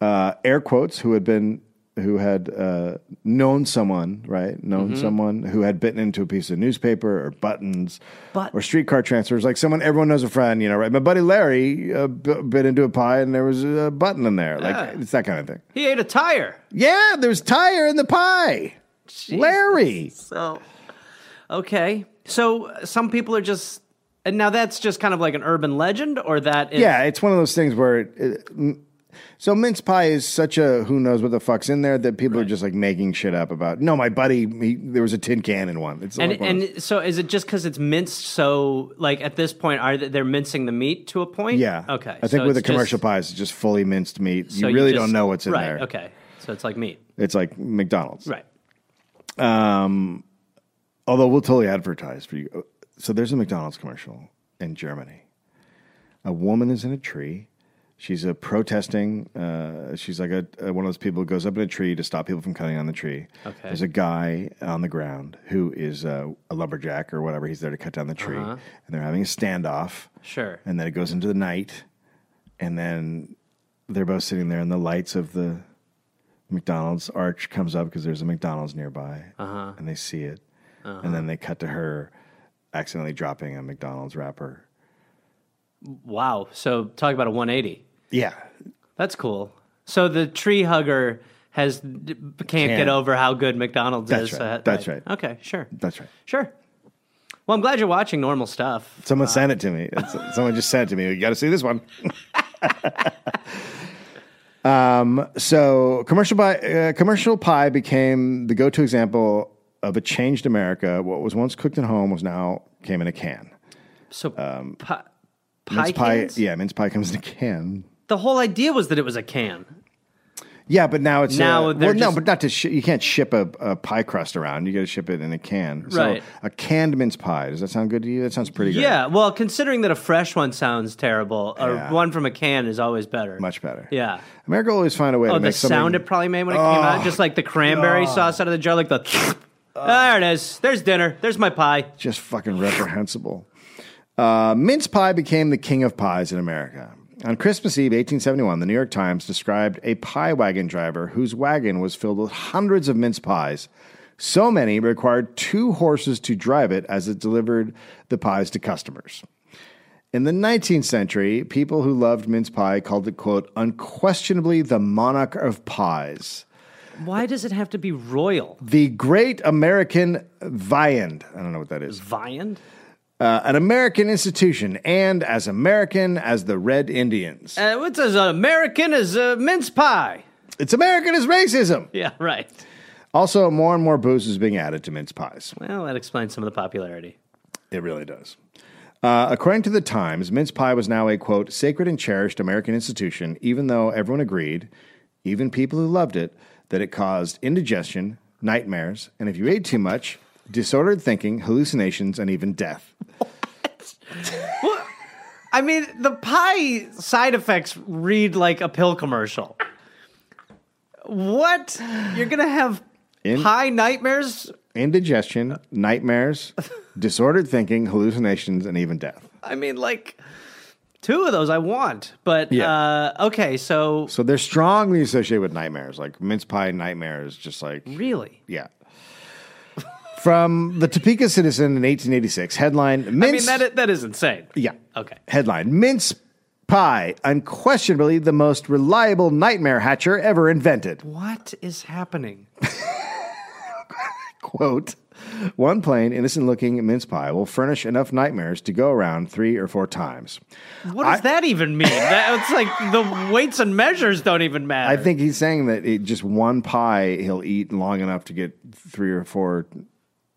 A: uh, air quotes, who had been who had uh, known someone, right, known someone who had bitten into a piece of newspaper or buttons
B: But-
A: or streetcar transfers, like someone everyone knows a friend, you know, right? My buddy Larry uh, b- bit into a pie and there was a button in there,
B: Ah.
A: like it's that kind of thing.
B: He ate a tire.
A: Yeah, there's tire in the pie. Larry.
B: So, okay. So uh, some people are just. And now that's just kind of like an urban legend, or that is.
A: Yeah, it's one of those things where. It, it- m- so mince pie is such a who knows what the fuck's in there that people are just like making shit up about. No, my buddy, he, there was a tin can in one. It's
B: And,
A: like one of those-
B: and so is it just because it's minced? So like at this point, are they, they're mincing the meat to a point?
A: yeah,
B: Okay.
A: I think with the
B: the
A: commercial pies, it's just fully minced meat. you really don't know what's in
B: right,
A: there.
B: Okay. So it's like meat.
A: It's like McDonald's.
B: Right.
A: Although we'll totally advertise for you. Uh, So there's a McDonald's commercial in Germany. A woman is in a tree. She's a protesting. Uh, she's like a, a- one of those people who goes up in a tree to stop people from cutting on the tree.
B: Okay.
A: There's a guy on the ground who is uh, a lumberjack or whatever. He's there to cut down the tree, and they're having a standoff.
B: Sure.
A: And then it goes into the night, and then they're both sitting there, and the lights of the McDonald's arch comes up because there's a McDonald's nearby, and they see it, and then they cut to her accidentally dropping a McDonald's wrapper.
B: Wow. So talk about a 180.
A: Yeah,
B: That's cool. So the tree hugger has d- can't, get over how good McDonald's
A: That's
B: is.
A: right.
B: so that-
A: That's
B: Okay, sure,
A: that's right.
B: sure. Well, I'm glad you're watching normal stuff.
A: Someone sent it to me. It's- someone just sent it to me. You got to see this one. Um, so commercial pie, uh, commercial pie became the go-to example of a changed America. What was once cooked at home was now came in a can.
B: So pi- pie,
A: Mince Um, pie,
B: cans?
A: yeah, mince pie comes in a can.
B: The whole idea was that it was a can.
A: Yeah, but now it's
B: Now
A: uh,
B: they're
A: well, no,
B: just-
A: but not to sh- you can't ship a, a pie crust around. You got to ship it in a can. So
B: Right.
A: A canned mince pie. Does that sound good to you? That sounds pretty good.
B: Yeah, well, considering that a fresh one sounds terrible, a
A: Yeah.
B: one from a can is always better.
A: Much better.
B: Yeah.
A: America will always find a way
B: Oh,
A: to
B: the
A: make something.
B: sound it probably made when it came out, just like the cranberry sauce out of the jar, like the. there it is. There's dinner. There's my pie.
A: just fucking reprehensible. Uh, mince pie became the king of pies in America. On Christmas Eve, 1871, the New York Times described a pie wagon driver whose wagon was filled with hundreds of mince pies. So many it required two horses to drive it as it delivered the pies to customers. In the 19th century, people who loved mince pie called it, quote, unquestionably the monarch of pies
B: Why does it have to be royal?
A: the Great American Viand. I don't know what that is.
B: Viand?
A: Uh, an American institution, and as American as the Red Indians.
B: Uh, what's as American as uh, mince pie?
A: It's American as racism.
B: Yeah, right.
A: Also, more and more booze is being added to mince pies.
B: Well, that explains some of the popularity.
A: It really does. Uh, according to the Times, mince pie was now a quote sacred and cherished American institution, even though everyone agreed, even people who loved it, that it caused indigestion, nightmares, and if you ate too much, disordered thinking, hallucinations, and even death.
B: I mean, the pie side effects read like a pill commercial. What? You're gonna have
A: In-
B: pie nightmares?
A: indigestion, nightmares, disordered thinking, hallucinations, and even death.
B: I mean, like two of those I want, but
A: Yeah.
B: uh, okay. So
A: So they're strongly associated with nightmares, like mince pie nightmares, just like,
B: really,
A: yeah. From the Topeka Citizen in 1886, headline
B: I mean
A: Mince.
B: that i- that is insane.
A: yeah.
B: Okay.
A: Headline Mince Pie, unquestionably the most reliable nightmare hatcher ever invented.
B: What is happening?
A: Quote One plain, innocent looking mince pie will furnish enough nightmares to go around three or four times.
B: What does
A: I-
B: that even mean? That, it's like the weights and measures don't even matter.
A: I think he's saying that it, just one pie he'll eat long enough to get three or four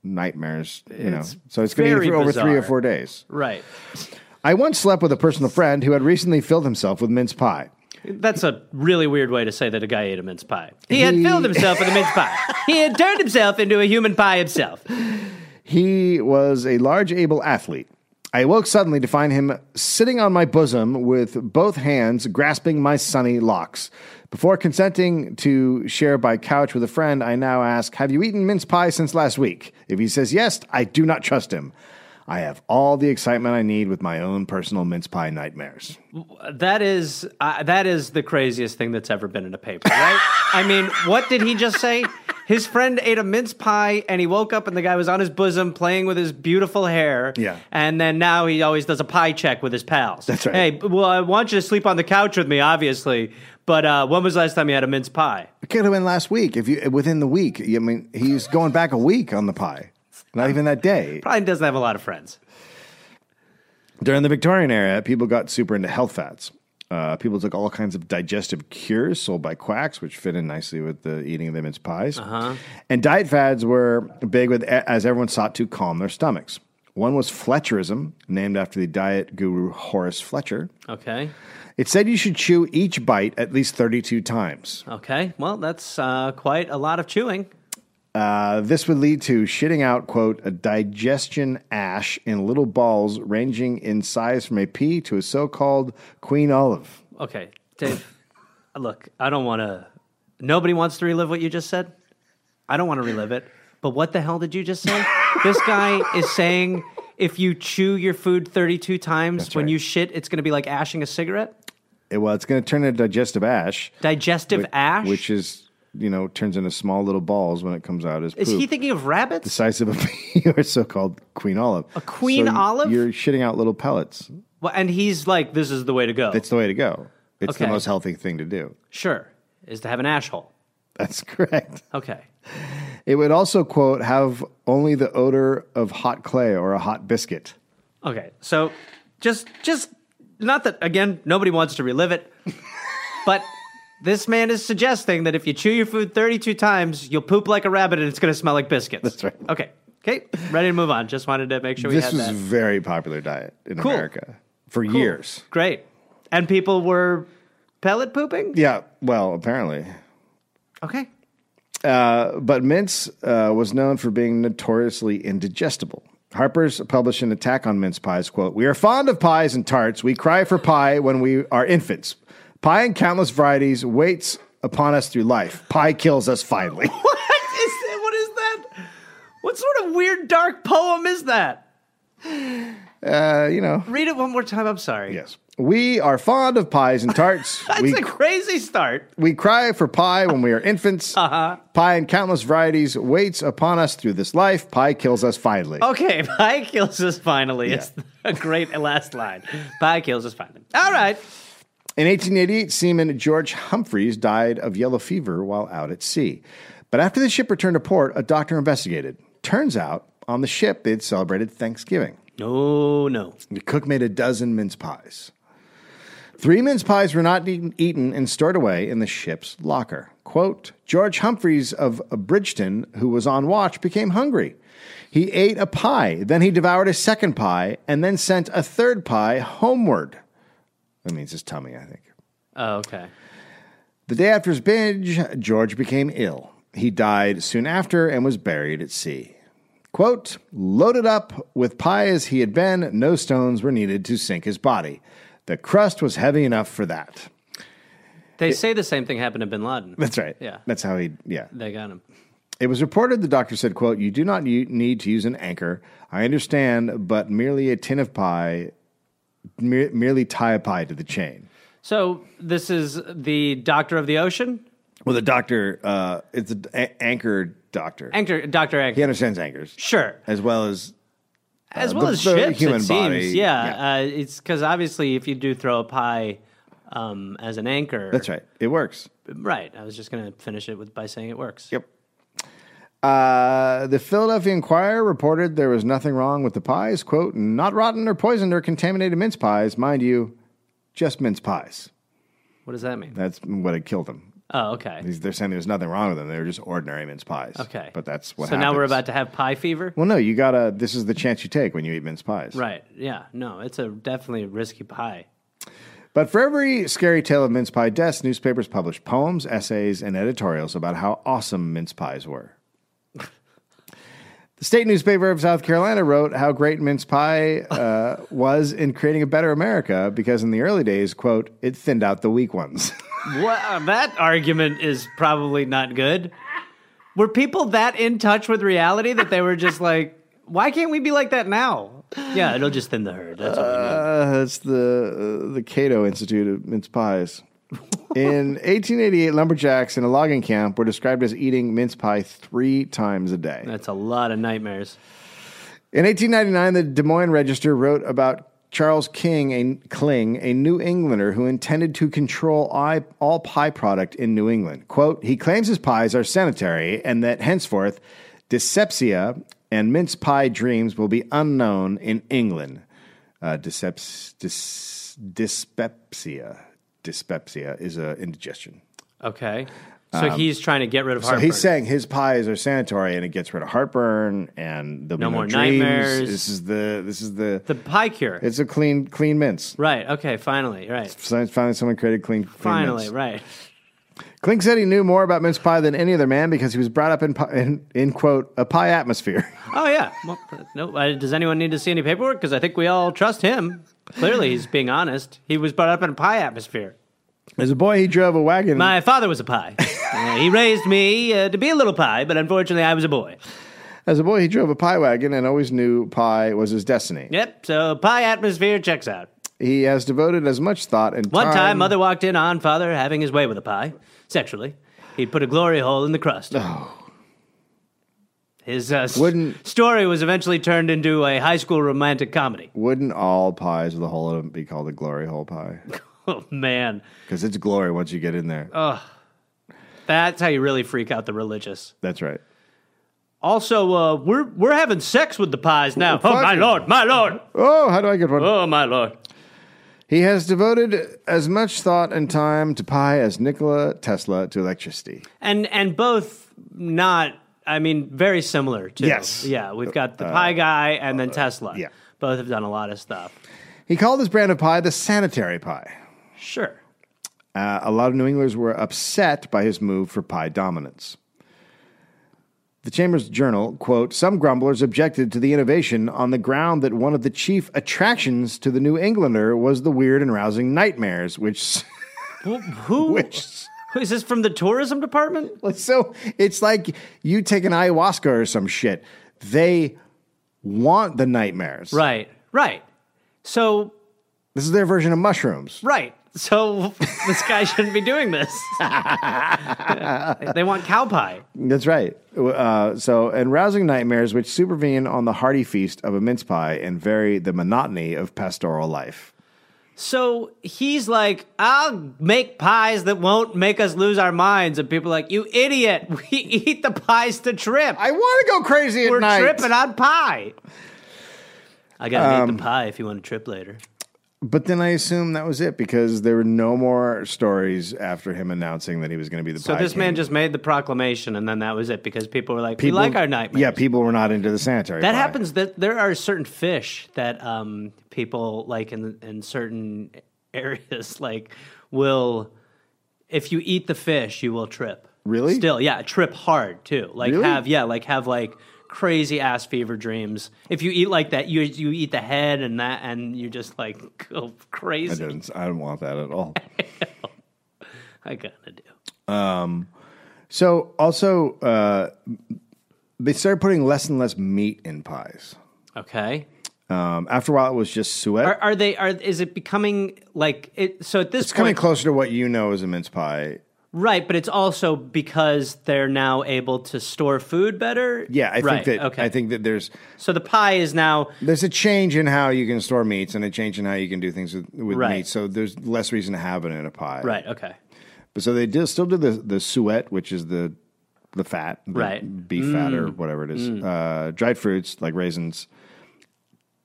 A: nightmares. You
B: It's
A: know, so it's going to
B: very
A: eat for over three or
B: bizarre.
A: four days.
B: right.
A: I once slept with a personal friend who had recently filled himself with mince pie.
B: That's a really weird way to say that a guy ate a mince pie. He had filled himself with a mince pie. He had turned himself into a human pie himself.
A: He was a large, able athlete. I awoke suddenly to find him sitting on my bosom with both hands grasping my sunny locks. Before consenting to share my couch with a friend, I now ask, Have you eaten mince pie since last week? If he says yes, I do not trust him. I have all the excitement I need with my own personal mince pie nightmares.
B: That is uh, that is the craziest thing that's ever been in a paper, right? I mean, what did he just say? His friend ate a mince pie and he woke up and the guy was on his bosom playing with his beautiful hair.
A: Yeah.
B: And then now he always does a pie check with his pals.
A: That's right.
B: Hey, well, I want you to sleep on the couch with me, obviously. But uh, when was the last time you had a mince pie?
A: It could have been last week. If you within the week, I mean, he's going back a week on the pie. Not even that day.
B: Probably doesn't have a lot of friends.
A: During the Victorian era, people got super into health fats. Uh, people took all kinds of digestive cures sold by quacks, which fit in nicely with the eating of the mince pies. And diet fads were big with as everyone sought to calm their stomachs. One was Fletcherism, named after the diet guru Horace Fletcher.
B: Okay.
A: It said you should chew each bite at least 32 times.
B: Okay. Well, that's uh, quite a lot of chewing.
A: Uh, this would lead to shitting out, quote, a digestion ash in little balls ranging in size from a pea to a so called queen olive.
B: Okay, Dave. look, I don't want to. Nobody wants to relive what you just said. I don't want to relive it. But what the hell did you just say? this guy is saying if you chew your food 32 times when
A: right.
B: you shit, it's going to be like ashing a cigarette.
A: It- well, it's going to turn into digestive ash,
B: Digestive
A: which,
B: ash.
A: which is you know turns into small little balls when it comes out as
B: is
A: poop.
B: he thinking of rabbits?
A: the size of a pea or so-called queen olive? A
B: queen olive?
A: You're shitting out little pellets.
B: Well, and he's like, this is the way to go.
A: It's the way to go. It's
B: Okay.
A: the most healthy thing to do.
B: sure, is to have an ash hole.
A: That's correct.
B: Okay.
A: It would also quote have only the odor of hot clay or a hot biscuit.
B: Okay, so just just not that again. Nobody wants to relive it, but This man is suggesting that if you chew your food 32 times, you'll poop like a rabbit and it's going to smell like biscuits.
A: That's right.
B: Okay. Okay. Ready to move on. Just wanted to make sure we
A: this
B: had
A: was
B: that.
A: a very popular diet in
B: Cool.
A: America for
B: Cool.
A: years.
B: Great. And people were pellet pooping?
A: Yeah, well, apparently.
B: Okay.
A: But mince uh, was known for being notoriously indigestible. Harper's published an attack on mince pies, quote, We are fond of pies and tarts. We cry for pie when we are infants. Pie in countless varieties waits upon us through life. Pie kills us finally.
B: What is that? What is that? What sort of weird dark poem is that?
A: Uh, you know,
B: Read it one more time. I'm sorry.
A: yes. We are fond of pies and tarts.
B: That's
A: we
B: a crazy start.
A: We cry for pie when we are infants. Pie in countless varieties waits upon us through this life. Pie kills us finally.
B: Okay, pie kills us finally.
A: Yeah.
B: It's a great last line. Pie kills us finally. All right.
A: In 1888, seaman George Humphreys died of yellow fever while out at sea. But after the ship returned to port, a doctor investigated. Turns out, on the ship, they'd celebrated Thanksgiving.
B: No, no.
A: The cook made a dozen mince pies. Three mince pies were not eaten, eaten and stored away in the ship's locker. Quote George Humphreys of uh, Bridgeton, who was on watch, became hungry. He ate a pie, then he devoured a second pie, and then sent a third pie homeward. That means his tummy, I think.
B: Oh, okay.
A: The day after his binge, George became ill. He died soon after and was buried at sea. Quote, loaded up with pie as he had been, no stones were needed to sink his body. The crust was heavy enough for that.
B: They say the same thing happened to bin Laden.
A: That's right.
B: Yeah.
A: That's how he, yeah.
B: They got him.
A: It was reported the doctor said, quote, you do not u- need to use an anchor. I understand, but merely a tin of pie, mer- merely tie a pie to the chain.
B: So this is the Doctor of the Ocean?
A: Well, the doctor, uh, it's an a- anchor doctor.
B: Anchor, Dr. Anchor.
A: he understands anchors.
B: Sure.
A: as well as
B: as
A: Uh,
B: well
A: the-
B: as
A: the
B: ships,
A: human
B: it seems.
A: body,
B: Yeah,
A: yeah.
B: Uh, it's because obviously, if you do throw a pie um, as an anchor,
A: that's right. It works.
B: Right. I was just gonna finish it with by saying it works.
A: Yep. Uh, the Philadelphia Inquirer reported there was nothing wrong with the pies. "Quote: Not rotten or poisoned or contaminated mince pies, mind you, just mince pies."
B: What does that mean?
A: That's what had killed them.
B: Oh, okay.
A: They're saying there was nothing wrong with them. They were just ordinary mince pies.
B: Okay.
A: but that's what.
B: So now we're
A: happens.
B: about to have pie fever.
A: Well, no, you gotta. This is the chance you take when you eat mince pies.
B: Right. Yeah. No, it's a definitely a risky pie.
A: But for every scary tale of mince pie deaths, newspapers published poems, essays, and editorials about how awesome mince pies were. the state newspaper of South Carolina wrote how great mince pie uh, was in creating a better America because in the early days, quote, it thinned out the weak ones.
B: What? uh, that argument is probably not good. Were people that in touch with reality that they were just like, why can't we be like that now? Yeah, it'll just thin the herd. That's what we need.
A: Uh, that's the uh, the Cato Institute of mince pies. In 1888, lumberjacks in a logging camp were described as eating mince pie three times a day.
B: That's a lot of nightmares.
A: In 1899, the Des Moines Register wrote about Charles King, a Kling, a New Englander who intended to control I, all pie product in New England. Quote, he claims his pies are sanitary and that henceforth dyspepsia and mince pie dreams will be unknown in England. Uh, dyseps, dys, dyspepsia. Dyspepsia is uh, indigestion.
B: Okay. So he's trying to get rid
A: Um,
B: of
A: So
B: heartburn.
A: he's saying his pies are sanitary and it gets rid of heartburn and there'll
B: No
A: be no
B: more
A: dreams.
B: nightmares.
A: This is the this is the
B: the pie cure.
A: it's a clean, clean mince.
B: Right. Okay. Finally. Right.
A: Science- Finally, someone created clean, clean
B: Finally.
A: mince.
B: Right.
A: Clink said he knew more about mince pie than any other man because he was brought up in, pi- in, in quote, a pie atmosphere.
B: Oh yeah. Well, no. uh, Does anyone need to see any paperwork? Because I think we all trust him. Clearly, he's being honest. He was brought up in a pie atmosphere.
A: As a boy, he drove a wagon.
B: My father was a pie. Uh, he raised me uh, to be a little pie, but unfortunately, I was a boy.
A: as a boy, he drove a pie wagon and always knew pie was his destiny.
B: Yep. So pie atmosphere checks out.
A: He has devoted as much thought and
B: One
A: time.
B: time, uh, mother walked in on father having his way with a pie, sexually. He'd put a glory hole in the crust. His uh, s-
A: Wouldn't-
B: story was eventually turned into a high school romantic comedy.
A: Wouldn't all pies with a hole in them be called a glory hole pie?
B: Oh man,
A: Because it's glory once you get in there.
B: Uh, that's how you really freak out the religious.
A: That's right.
B: Also, uh, we're we're having sex with the pies now.
A: Well,
B: oh my
A: fuck.
B: lord, my lord,
A: Oh, how do I get one?
B: oh my lord.
A: He has devoted as much thought and time to pi as Nikola Tesla to electricity.
B: and and both not i mean very similar too
A: Yes.
B: yeah we've got the pie guy and then tesla
A: yeah.
B: both have done a lot of stuff
A: He called his brand of pie the sanitary pie.
B: sure
A: Uh, a lot of New Englanders were upset by his move for pie dominance. The Chamber's Journal, quote, some grumblers objected to the innovation on the ground that one of the chief attractions to the New Englander was the weird and rousing nightmares, which,
B: who, who-
A: which
B: who is this from the tourism department
A: so it's like you take an ayahuasca or some shit. They want the nightmares.
B: right right so
A: This is their version of mushrooms.
B: right so this guy shouldn't be doing this they want cow pie
A: That's right. Uh, so, and rousing nightmares which supervene on the hearty feast of a mince pie and vary the monotony of pastoral life.
B: So he's like, I'll make pies that won't make us lose our minds. And people are like, You idiot, we eat the pies to trip.
A: I want to go crazy at
B: We're
A: night.
B: tripping on pie. I gotta eat the pie if you want to trip later.
A: But then I assume that was it because there were no more stories after him announcing that he was going to be the
B: So
A: pie
B: this
A: king.
B: man just made the proclamation, and then that was it because people were like,
A: People-
B: "We like our nightmares."
A: Yeah, people were not into the sanitary.
B: that
A: pie.
B: happens. That there are certain fish that um, people like in in certain areas like will, if you eat the fish, you will trip.
A: Really?
B: Still, yeah, trip hard too. Like
A: Really?
B: have yeah, like have like crazy ass fever dreams. If you eat like that, you you eat the head and that, and you just like go
A: I
B: crazy.
A: didn't. I don't want that at all.
B: I gotta do.
A: so also, uh, they started putting less and less meat in pies.
B: Okay.
A: Um, after a while, it was just suet.
B: Are, are they? Are is it becoming like it? So at this
A: it's coming
B: point,
A: closer to what you know as a mince pie.
B: right? But it's also because they're now able to store food better.
A: Yeah, I
B: Right,
A: think that
B: Okay.
A: I think that there's
B: so. The pie is now
A: there's a change in how you can store meats and a change in how you can do things with, with
B: Right.
A: meat. So there's less reason to have it in a pie.
B: right. Okay.
A: But so they did, still do the the suet, which is the the fat, the
B: Right. Mm.
A: beef fat or whatever it is. Uh, dried fruits like raisins,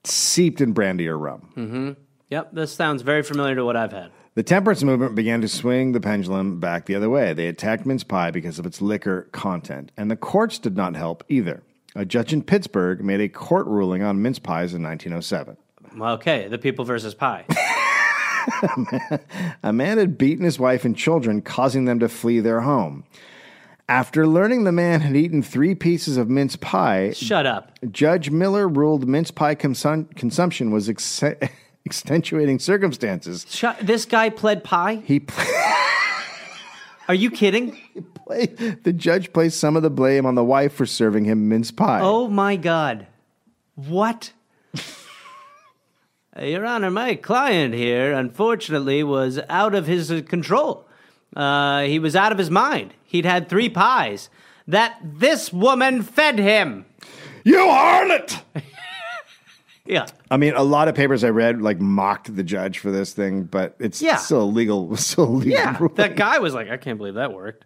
A: seeped in brandy or rum.
B: Hmm. Yep. This sounds very familiar to what I've had.
A: The temperance movement began to swing the pendulum back the other way. They attacked mince pie because of its liquor content, and the courts did not help either. A judge in Pittsburgh made a court ruling on mince pies in 1907.
B: Well, okay. The people versus pie.
A: A man had beaten his wife and children, causing them to flee their home. After learning the man had eaten three pieces of mince pie,
B: Shut up.
A: Judge Miller ruled mince pie consum- consumption was ex- extenuating circumstances.
B: Shut. This guy pled pie.
A: He pl-
B: Are you kidding?
A: played, the judge placed some of the blame on the wife for serving him mince pie.
B: Oh my God. What? Uh, Your Honor, my client here, unfortunately, was out of his uh, control. Uh, he was out of his mind. He'd had three pies that this woman fed him.
A: You harlot!
B: Yeah.
A: I mean, a lot of papers I read like mocked the judge for this thing, but it's
B: Yeah.
A: still illegal. Still illegal. ruling.
B: That guy was like, I can't believe that worked.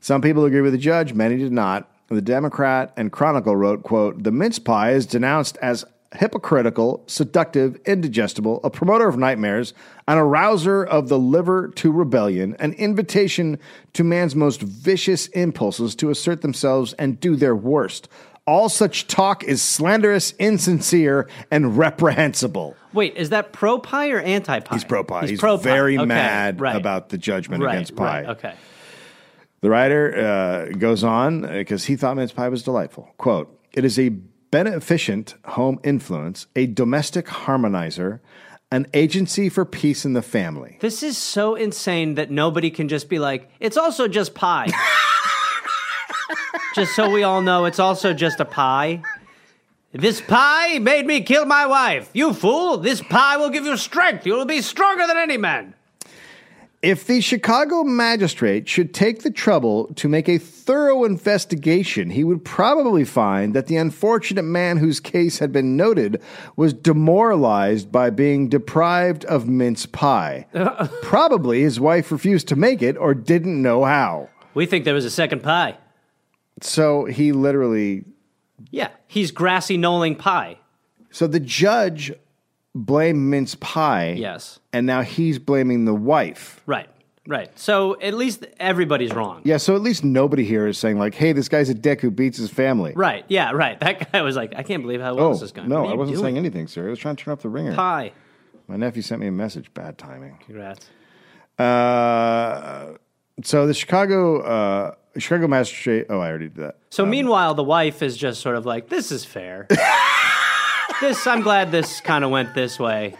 A: Some people agree with the judge, many did not. The Democrat and Chronicle wrote, quote, the mince pie is denounced as hypocritical, seductive, indigestible, a promoter of nightmares, an arouser of the liver to rebellion, an invitation to man's most vicious impulses to assert themselves and do their worst. All such talk is slanderous, insincere, and reprehensible.
B: Wait, is that pro pie or anti pie?
A: He's pro pie. He's,
B: pro-pie.
A: very
B: Okay,
A: mad
B: right,
A: about the judgment
B: right,
A: against pie.
B: Right, okay.
A: The writer uh, goes on because he thought mince pie was delightful. Quote, it is a beneficent home influence, a domestic harmonizer, an agency for peace in the family.
B: This is so insane that nobody can just be like, it's also just pie. just so we all know, it's also just a pie. This pie made me kill my wife. You fool, this pie will give you strength. You will be stronger than any man.
A: If the Chicago magistrate should take the trouble to make a thorough investigation, he would probably find that the unfortunate man whose case had been noted was demoralized by being deprived of mince pie. probably his wife refused to make it or didn't know how.
B: We think there was a second pie.
A: So he literally.
B: Yeah, he's grassy knolling pie.
A: So the judge blame mince pie.
B: Yes.
A: And now he's blaming the wife.
B: Right. Right. So at least everybody's wrong.
A: Yeah, so at least nobody here is saying like, "Hey, this guy's a dick who beats his family."
B: Right. Yeah. Right. That guy was like, I can't believe how well
A: Oh
B: this is going.
A: no,
B: What are
A: I
B: you
A: wasn't
B: doing?
A: saying anything, sir. I was trying to turn off the ringer.
B: pie.
A: My nephew sent me a message. Bad timing.
B: Congrats.
A: Uh, so the Chicago uh, Chicago magistrate. Oh, I already did that.
B: So meanwhile, the wife is just sort of like, "This is fair. this, I'm glad this kind of went this way."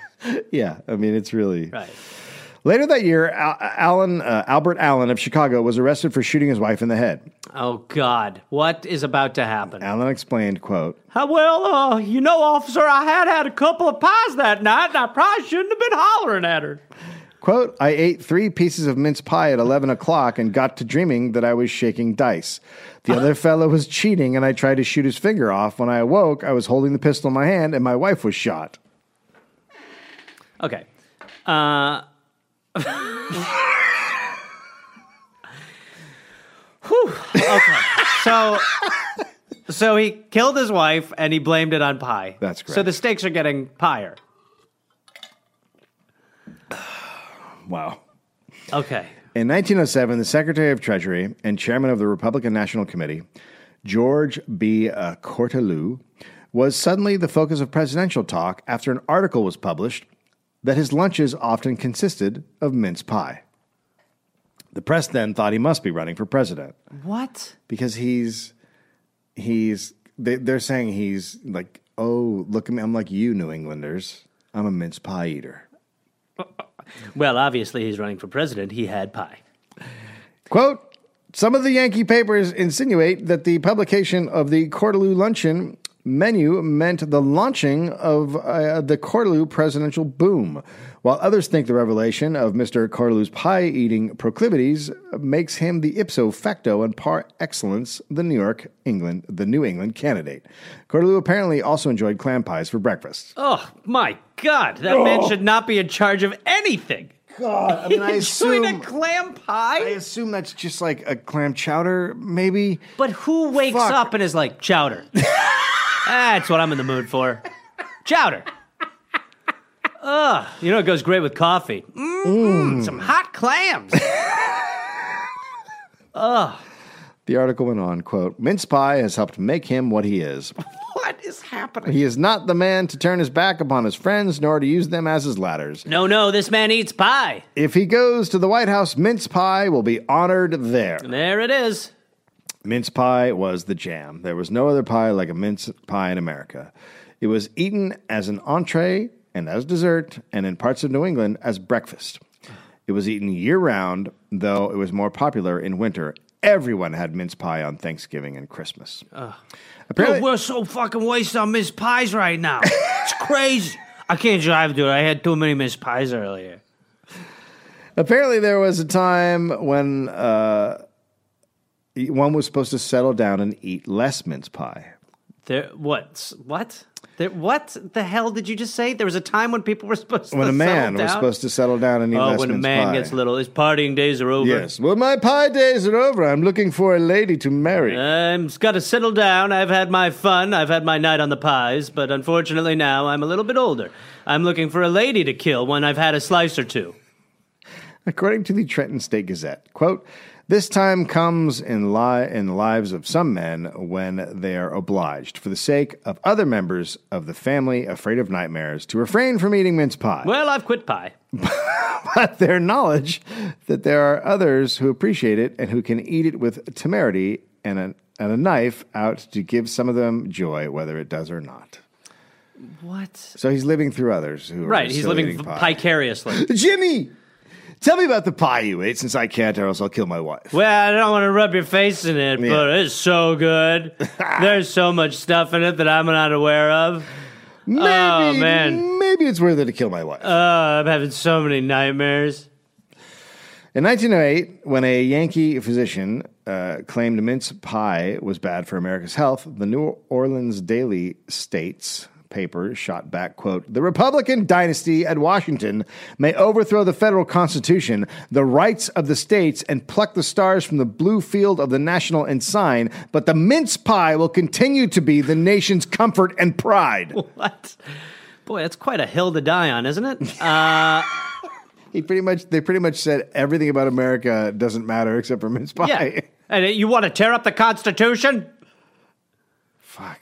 A: Yeah, I mean it's really
B: Right.
A: Later that year, Al- Allen uh, Albert Allen of Chicago was arrested for shooting his wife in the head.
B: Oh God, what is about to happen?
A: Allen explained, "quote
B: Uh, well, uh, you know, officer, I had had a couple of pies that night, and I probably shouldn't have been hollering at her.
A: quote I ate three pieces of mince pie at eleven o'clock and got to dreaming that I was shaking dice. The other fellow was cheating, and I tried to shoot his finger off. When I awoke, I was holding the pistol in my hand, and my wife was shot."
B: Okay. Uh, Whew. Okay. So, so he killed his wife and he blamed it on pie.
A: That's correct.
B: So the stakes are getting higher.
A: Wow.
B: Okay.
A: In 1907, the Secretary of Treasury and Chairman of the Republican National Committee, George B. uh, Cortelyou, was suddenly the focus of presidential talk after an article was published that his lunches often consisted of mince pie. The press then thought he must be running for president
B: What?
A: because he's he's they, they're saying he's like, oh, look at me, I'm like you, New Englanders, I'm a mince pie eater.
B: Well, obviously he's running for president. He had pie.
A: Quote Some of the Yankee papers insinuate that the publication of the Cordeloo luncheon menu meant the launching of uh, the Cordeloo presidential boom, while others think the revelation of Mr. Cordeloo's pie eating proclivities uh, makes him the ipso facto and par excellence the New York, England, the New England candidate. Cordeloo apparently also enjoyed clam pies for breakfast.
B: Oh my God!
A: Oh.
B: That man should not be in charge of anything.
A: God, I mean, I
B: Doing a clam pie.
A: I assume that's just like a clam chowder, maybe.
B: But who wakes
A: Fuck.
B: up and is like, chowder? That's what I'm in the mood for. Chowder. Ugh. You know, it goes great with coffee. Mm, mm, Some hot clams.
A: The article went on, quote, Mince pie has helped make him what he is.
B: what is happening?
A: He is not the man to turn his back upon his friends nor to use them as his ladders.
B: No, no, this man eats pie.
A: If he goes to the White House, mince pie will be honored there.
B: There it is.
A: Mince pie was the jam. There was no other pie like a mince pie in America. It was eaten as an entree and as dessert, and in parts of New England as breakfast. It was eaten year round, though it was more popular in winter. Everyone had mince pie on Thanksgiving and Christmas. Apparently,
B: we're so fucking wasted on Miss Pies right now. It's crazy. I can't drive, dude. I had too many Miss Pies earlier.
A: Apparently, there was a time when uh, one was supposed to settle down and eat less mince pie.
B: There, what? What? There, what the hell did you just say? There was a time when people were supposed
A: When
B: to
A: a man
B: settle
A: was
B: down?
A: supposed to settle down and eat
B: Oh,
A: less
B: when a
A: mince
B: man
A: pie.
B: gets little, his partying days are over.
A: Yes. Well, my pie days are over. I'm looking for a lady to marry.
B: I'm got to settle down. I've had my fun. I've had my night on the pies, but unfortunately now I'm a little bit older. I'm looking for a lady to kill when I've had a slice or two.
A: According to the Trenton State Gazette, quote, this time comes in, li- in the lives of some men when they are obliged, for the sake of other members of the family afraid of nightmares, to refrain from eating mince pie.
B: Well, I've quit pie.
A: but their knowledge that there are others who appreciate it and who can eat it with temerity and a, and a knife out to give some of them joy, whether it does or not.
B: What?
A: So he's living through others who
B: Right,
A: are
B: he's
A: still
B: living
A: eating
B: v-
A: pie.
B: vicariously.
A: Jimmy, tell me about the pie you ate, since I can't, or else I'll kill my wife.
B: well, I don't want to rub your face in it,
A: Yeah.
B: but it's so good. There's so much stuff in it that I'm not aware of.
A: Maybe,
B: Oh, man.
A: maybe it's worth it to kill my wife.
B: Uh, I'm having so many nightmares.
A: In 1908, when a Yankee physician uh, claimed mince pie was bad for America's health, the New Orleans Daily States paper shot back, quote, The Republican dynasty at Washington may overthrow the federal constitution, the rights of the states, and pluck the stars from the blue field of the national ensign, but the mince pie will continue to be the nation's comfort and pride.
B: What? Boy, that's quite a hill to die on, isn't it? Uh,
A: He pretty much they pretty much said everything about America doesn't matter except for mince pie.
B: yeah. And uh, you want to tear up the Constitution?
A: Fuck.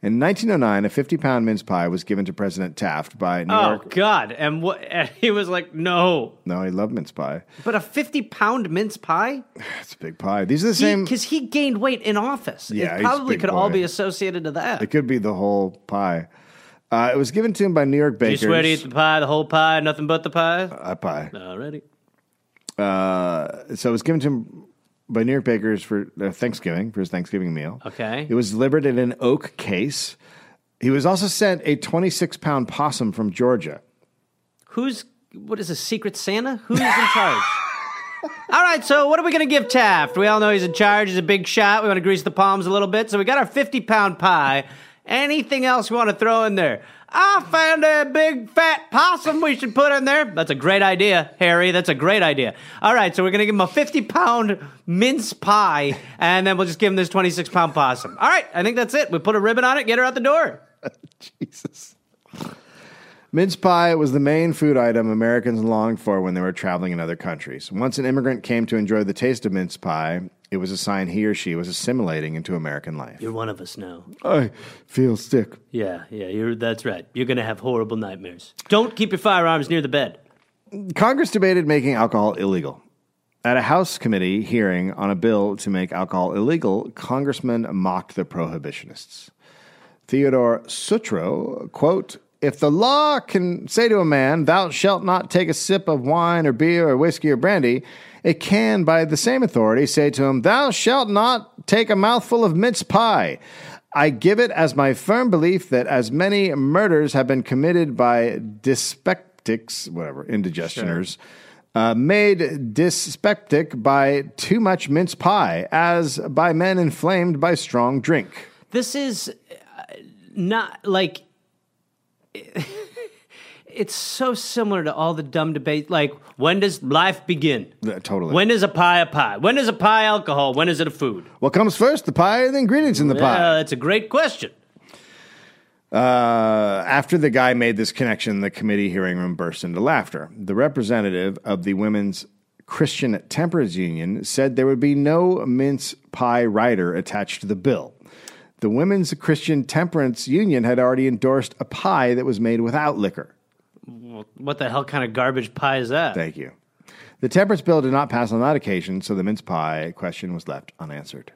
A: In 1909, a 50 pound mince pie was given to President Taft by New
B: Oh
A: York.
B: God! And what? And he was like, "No,
A: No, he loved mince pie.
B: but a fifty-pound mince pie."
A: It's a big pie. These are the same.
B: Because he, gained weight in office.
A: Yeah,
B: it
A: he's a
B: probably
A: big
B: could all
A: boy.
B: be associated to that.
A: It could be the whole pie. Uh, it was given to him by New York
B: Do you
A: bakers.
B: swear to eat the pie, the whole pie, nothing but the pie?
A: a pie.
B: Already.
A: Uh, so it was given to him by New York bakers for uh, Thanksgiving for his Thanksgiving meal.
B: Okay.
A: It was delivered in an oak case. He was also sent a 26 pound possum from Georgia.
B: Who's what is a secret Santa? Who's in charge? All right, so what are we going to give Taft? We all know he's in charge. He's a big shot. We want to grease the palms a little bit. So we got our 50 pound pie. Anything else we want to throw in there? I found a big fat possum we should put in there. That's a great idea, Harry. That's a great idea. All right, so we're going to give him a 50 pound mince pie, and then we'll just give him this 26 pound possum. All right, I think that's it. We put a ribbon on it, get her out the door.
A: Jesus. Mince pie was the main food item Americans longed for when they were traveling in other countries. Once an immigrant came to enjoy the taste of mince pie, it was a sign he or she was assimilating into American life.
B: You're one of us now.
A: I feel sick.
B: Yeah, yeah, you're, that's right. You're going to have horrible nightmares. Don't keep your firearms near the bed.
A: Congress debated making alcohol illegal. At a House committee hearing on a bill to make alcohol illegal, congressmen mocked the prohibitionists. Theodore Sutro, quote, if the law can say to a man, thou shalt not take a sip of wine or beer or whiskey or brandy, it can, by the same authority, say to him, thou shalt not take a mouthful of mince pie. I give it as my firm belief that as many murders have been committed by dyspeptics, whatever, indigestioners, uh, made dyspeptic by too much mince pie, as by men inflamed by strong drink.
B: This is uh, not like. It's so similar to all the dumb debate. Like, when does life begin?
A: Yeah, totally.
B: When is a pie a pie? When is a pie alcohol? When is it a food?
A: What comes first, the pie or the ingredients in the
B: Uh,
A: pie?
B: that's a great question.
A: Uh, after the guy made this connection, the committee hearing room burst into laughter. The representative of the Women's Christian Temperance Union said there would be no mince pie rider attached to the bill. The Women's Christian Temperance Union had already endorsed a pie that was made without liquor.
B: What the hell kind of garbage pie is that?
A: Thank you. The temperance bill did not pass on that occasion, so the mince pie question was left unanswered.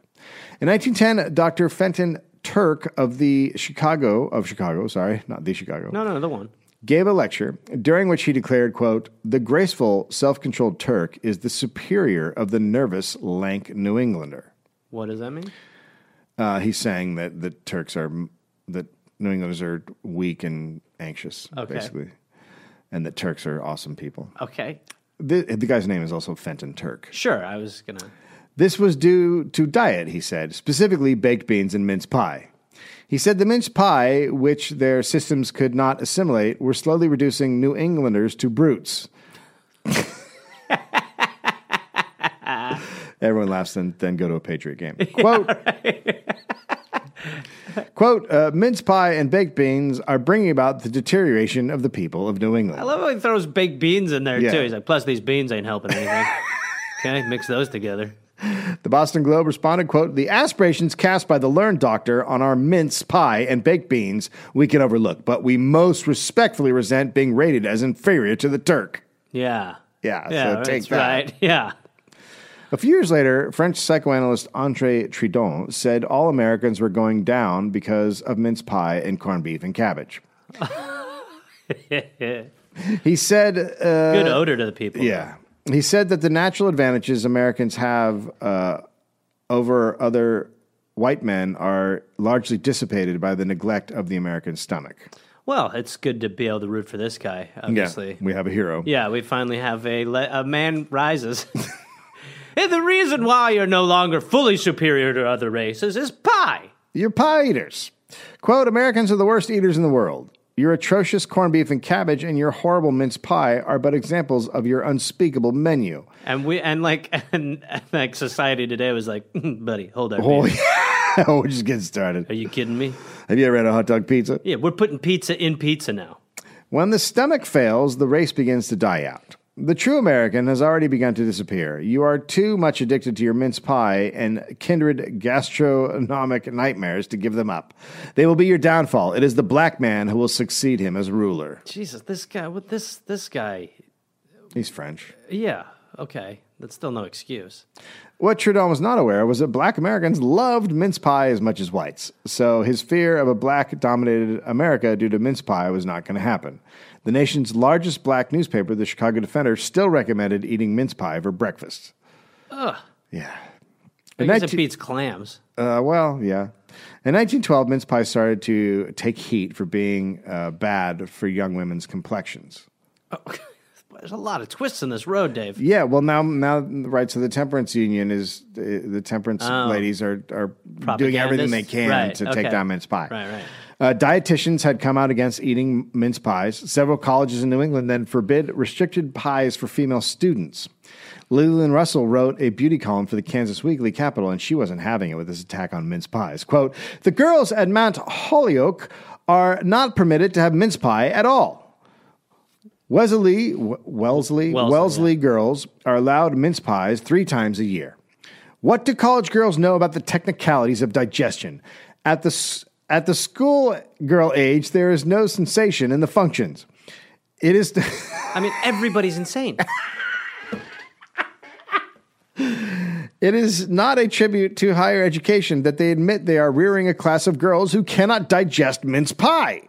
A: In 1910, Dr. Fenton Turk of the Chicago of Chicago, sorry, not the Chicago,
B: No, no, the one.
A: gave a lecture during which he declared, quote, "The graceful, self-controlled Turk is the superior of the nervous, lank New Englander."
B: What does that mean?
A: Uh, he's saying that the Turks are that New Englanders are weak and anxious,
B: Okay.
A: basically, and that Turks are awesome people.
B: Okay.
A: The, the guy's name is also Fenton Turk.
B: Sure, I was going to.
A: This was due to diet, he said, specifically baked beans and mince pie. He said the mince pie, which their systems could not assimilate, were slowly reducing New Englanders to brutes. Everyone laughs and then go to a Patriot game. Quote. Quote, uh, mince pie and baked beans are bringing about the deterioration of the people of New England.
B: I love how he throws baked beans in there
A: Yeah.
B: too. He's like, plus these beans ain't helping anything. okay, mix those together.
A: The Boston Globe responded, quote, the aspirations cast by the learned doctor on our mince pie and baked beans we can overlook, but we most respectfully resent being rated as inferior to the Turk.
B: Yeah.
A: Yeah, so
B: Yeah,
A: take
B: that's
A: that.
B: right. Yeah.
A: A few years later, French psychoanalyst Andre Tridon said all Americans were going down because of mince pie and corned beef and cabbage. He said, uh,
B: Good odor to the people.
A: yeah, he said that the natural advantages Americans have uh, over other white men are largely dissipated by the neglect of the American stomach.
B: Well, it's good to be able to root for this guy, obviously. Yeah,
A: we have a hero.
B: we finally have a, le- a man rises. and the reason why you're no longer fully superior to other races is pie.
A: You're pie eaters. Quote Americans are the worst eaters in the world. Your atrocious corned beef and cabbage and your horrible mince pie are but examples of your unspeakable menu.
B: And we and like and, and, like society today was like, "Hmm, buddy, hold our
A: Oh,
B: beer.
A: yeah. we're just getting
B: Are
A: started.
B: you kidding me?
A: Have you ever had a hot dog pizza?
B: Yeah, we're putting pizza in pizza now.
A: When the stomach fails, the race begins to die out. The true American has already begun to disappear. You are too much addicted to your mince pie and kindred gastronomic nightmares to give them up. They will be your downfall. It is the black man who will succeed him as ruler.
B: Jesus, this guy with this this guy.
A: He's French.
B: Yeah, okay. That's still no excuse.
A: What Trudeau was not aware was that black Americans loved mince pie as much as whites. So his fear of a black dominated America due to mince pie was not going to happen. The nation's largest black newspaper, the Chicago Defender, still recommended eating mince pie for breakfast. Ugh. Yeah.
B: I
A: In
B: guess
A: 19
B: it beats clams.
A: uh, well, yeah. In 1912, mince pie started to take heat for being uh, bad for young women's complexions.
B: There's a lot of twists in this road, Dave.
A: Yeah, well now now right so the temperance union is uh, the temperance ladies are are doing everything they can
B: Oh. Right,
A: to
B: okay.
A: take down mince pie.
B: Right, right.
A: Uh, dietitians had come out against eating mince pies. Several colleges in New England then forbid restricted pies for female students. Leland Russell wrote a beauty column for the Kansas Weekly Capital, and she wasn't having it with this attack on mince pies. Quote, the girls at Mount Holyoke are not permitted to have mince pie at all. Wesley, W- Wellesley,
B: Wellesley,
A: Wellesley, girls are allowed mince pies three times a year. What do college girls know about the technicalities of digestion? At the s- at the school girl age, there is no sensation in the functions. It is.
B: I mean, everybody's insane.
A: It is not a tribute to higher education that they admit they are rearing a class of girls who cannot digest mince pie.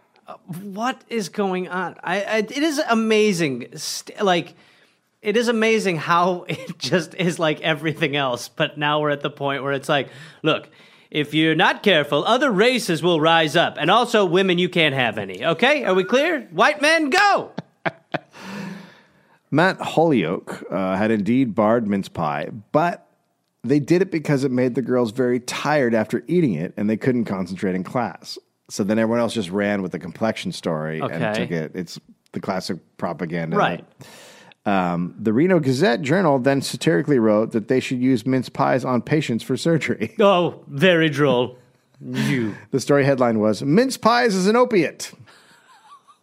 B: what is going on? I, I it is amazing. St- like it is amazing how it just is like everything else. But now we're at the point where it's like, look, if you're not careful, other races will rise up, and also women. You can't have any. Okay, are we clear? White men, go.
A: Matt Holyoke uh, had indeed barred mince pie, but they did it because it made the girls very tired after eating it and they couldn't concentrate in class. So then everyone else just ran with the complexion story
B: Okay.
A: and took it. It's the classic propaganda.
B: Right.
A: Um, the Reno Gazette Journal then satirically wrote that they should use mince pies on patients for surgery.
B: Oh, very droll. You.
A: the story headline was Mince Pies is an Opiate.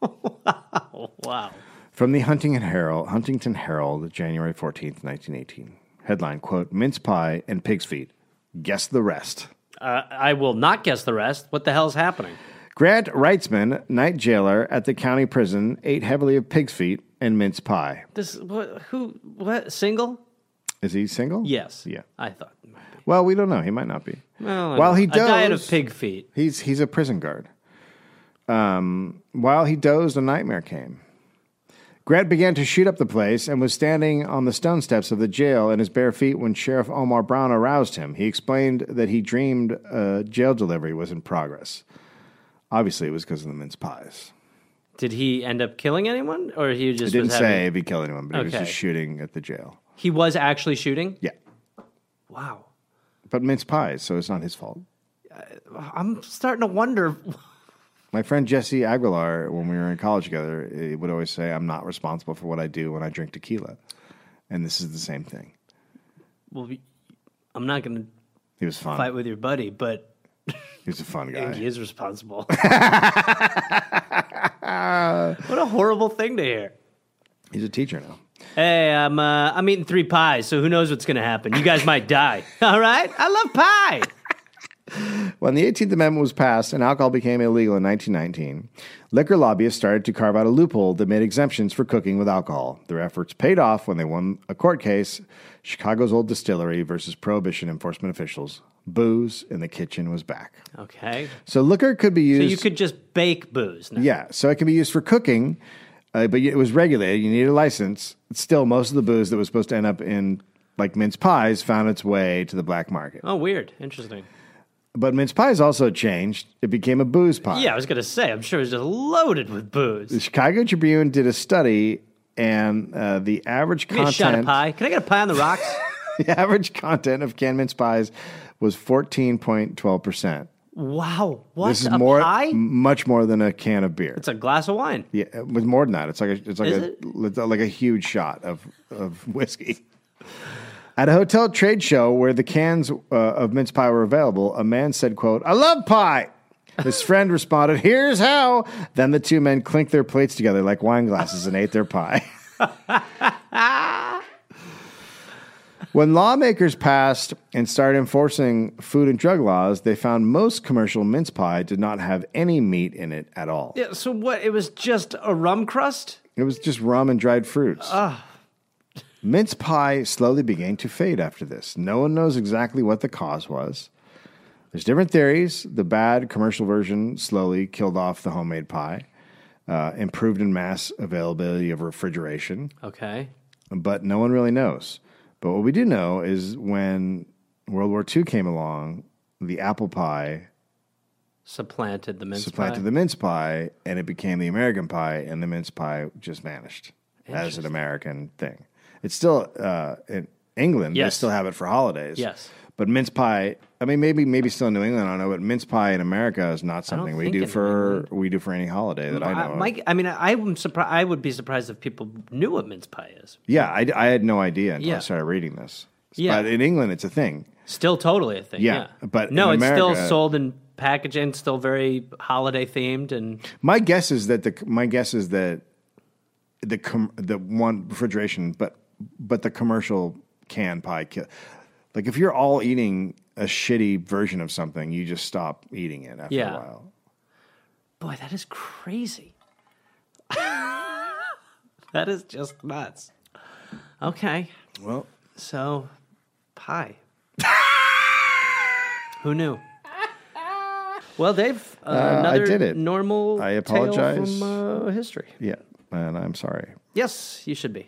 B: Wow.
A: From the Huntington Herald, Huntington Herald, January 14th, 1918. Headline, quote, mince pie and pig's feet. Guess the rest.
B: Uh, I will not guess the rest. What the hell's happening?
A: Grant Reitzman, night jailer at the county prison, ate heavily of pig's feet and mince pie.
B: This what? Who? What? Single?
A: Is he single?
B: Yes.
A: Yeah.
B: I thought.
A: Well, we don't know. He might not be.
B: Well, I
A: While
B: don't
A: he
B: know. a diet
A: dozed-
B: of pig feet.
A: He's he's a prison guard. Um, while he dozed, a nightmare came. Grant began to shoot up the place and was standing on the stone steps of the jail in his bare feet when Sheriff Omar Brown aroused him. He explained that he dreamed a jail delivery was in progress. Obviously, it was because of the mince pies.
B: Did he end up killing anyone, or he
A: It
B: just
A: didn't
B: was having-
A: say if he killed anyone, but he was
B: Okay.
A: just shooting at the jail.
B: he was actually shooting?
A: Yeah,
B: Wow,
A: but mince pies, so it's not his fault.
B: I'm starting to wonder.
A: My friend Jesse Aguilar, when we were in college together, he would always say, "I'm not responsible for what I do when I drink tequila," and this is the same thing.
B: Well, I'm not going to
A: He was fun.
B: fight with your buddy, but
A: He was a fun
B: he
A: guy.
B: is responsible. what a horrible thing to hear.
A: He's a teacher now.
B: Hey, I'm uh, I'm eating three pies, so who knows what's going to happen? You guys might die. All right, I love pie.
A: When the 18th Amendment was passed and alcohol became illegal in 1919, liquor lobbyists started to carve out a loophole that made exemptions for cooking with alcohol. Their efforts paid off when they won a court case, Chicago's old distillery versus prohibition enforcement officials. Booze in the kitchen was back.
B: Okay,
A: So liquor could be
B: so
A: used
B: you could just bake booze. Now.
A: Yeah, so it can be used for cooking, uh, but it was regulated. You needed a license. Still, most of the booze that was supposed to end up in like mince pies found its way to the black market.
B: Oh, weird. Interesting.
A: But mince pies also changed. It became a booze pie.
B: Yeah, I was going to say. I'm sure it's just loaded with booze.
A: The Chicago Tribune did a study, and uh, the average
B: Give me a shot of
A: content,
B: pie. Can I get a pie on the rocks?
A: the average content of canned mince pies was fourteen point twelve percent.
B: wow, what
A: This is
B: a
A: more,
B: pie?
A: m- much more than a can of beer.
B: It's a glass of wine.
A: Yeah, it was more than that. It's like a, it's like
B: Is
A: a it's like a huge shot of of whiskey. At a hotel trade show where the cans uh, of mince pie were available, a man said, "quote I love pie." His friend responded, Here's how. Then the two men clinked their plates together like wine glasses and ate their pie. when lawmakers passed and started enforcing food and drug laws, they found most commercial mince pie did not have any meat in it at all.
H: Yeah, so what? It was just a rum crust?
A: It was just rum and dried fruits. Mince pie slowly began to fade after this. No one knows exactly what the cause was. There's different theories. The bad commercial version slowly killed off the homemade pie, uh, improved in mass availability of refrigeration,
H: Okay.
A: but no one really knows. But what we do know is when World War II came along, the apple pie
H: Supplanted the mince
A: supplanted
H: pie.
A: the mince pie and it became the American pie, and the mince pie just vanished as an American thing. It's still uh, in England, they
H: Yes.
A: still have it for holidays.
H: Yes.
A: But mince pie, I mean, maybe maybe still in New England, I don't know, but mince pie in America is not something we
H: think
A: do
H: in
A: for we do for any holiday that I know.
H: I,
A: of.
H: Mike, I mean, I, I'm surprised. I would be surprised if people knew what mince pie is.
A: yeah, I, I had no idea until I
H: Yeah.
A: started reading this.
H: Yeah.
A: But in England, it's a thing.
H: Still totally a thing.
A: Yeah,
H: Yeah,
A: but
H: no,
A: in
H: it's still
A: America-
H: sold in packaging. Still very holiday themed, and
A: My guess is that the my guess is that the com, the one refrigeration, but but the commercial can pie kill. Like if you're all eating a shitty version of something, you just stop eating it after
H: Yeah.
A: a while.
H: boy, that is crazy. that is just nuts. Okay,
A: Well,
H: so pie. Who knew? Well, Dave, uh, another
A: did it.
H: normal.
A: I
H: tale
A: apologize.
H: from uh, history.
A: yeah, and I'm sorry.
H: Yes, you should be.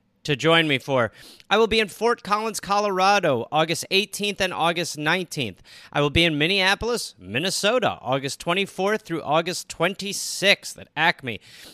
H: to join me for. I will be in Fort Collins, Colorado, August 18th and August 19th. I will be in Minneapolis, Minnesota, August 24th through August 26th at Acme.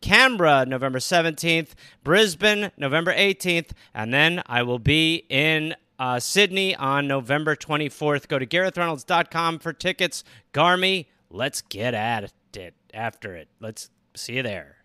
H: Canberra November 17th, Brisbane November 18th, and then I will be in uh, Sydney on November 24th. Go to GarethReynolds.com for tickets. Garmy, let's get at it after it. Let's see you there.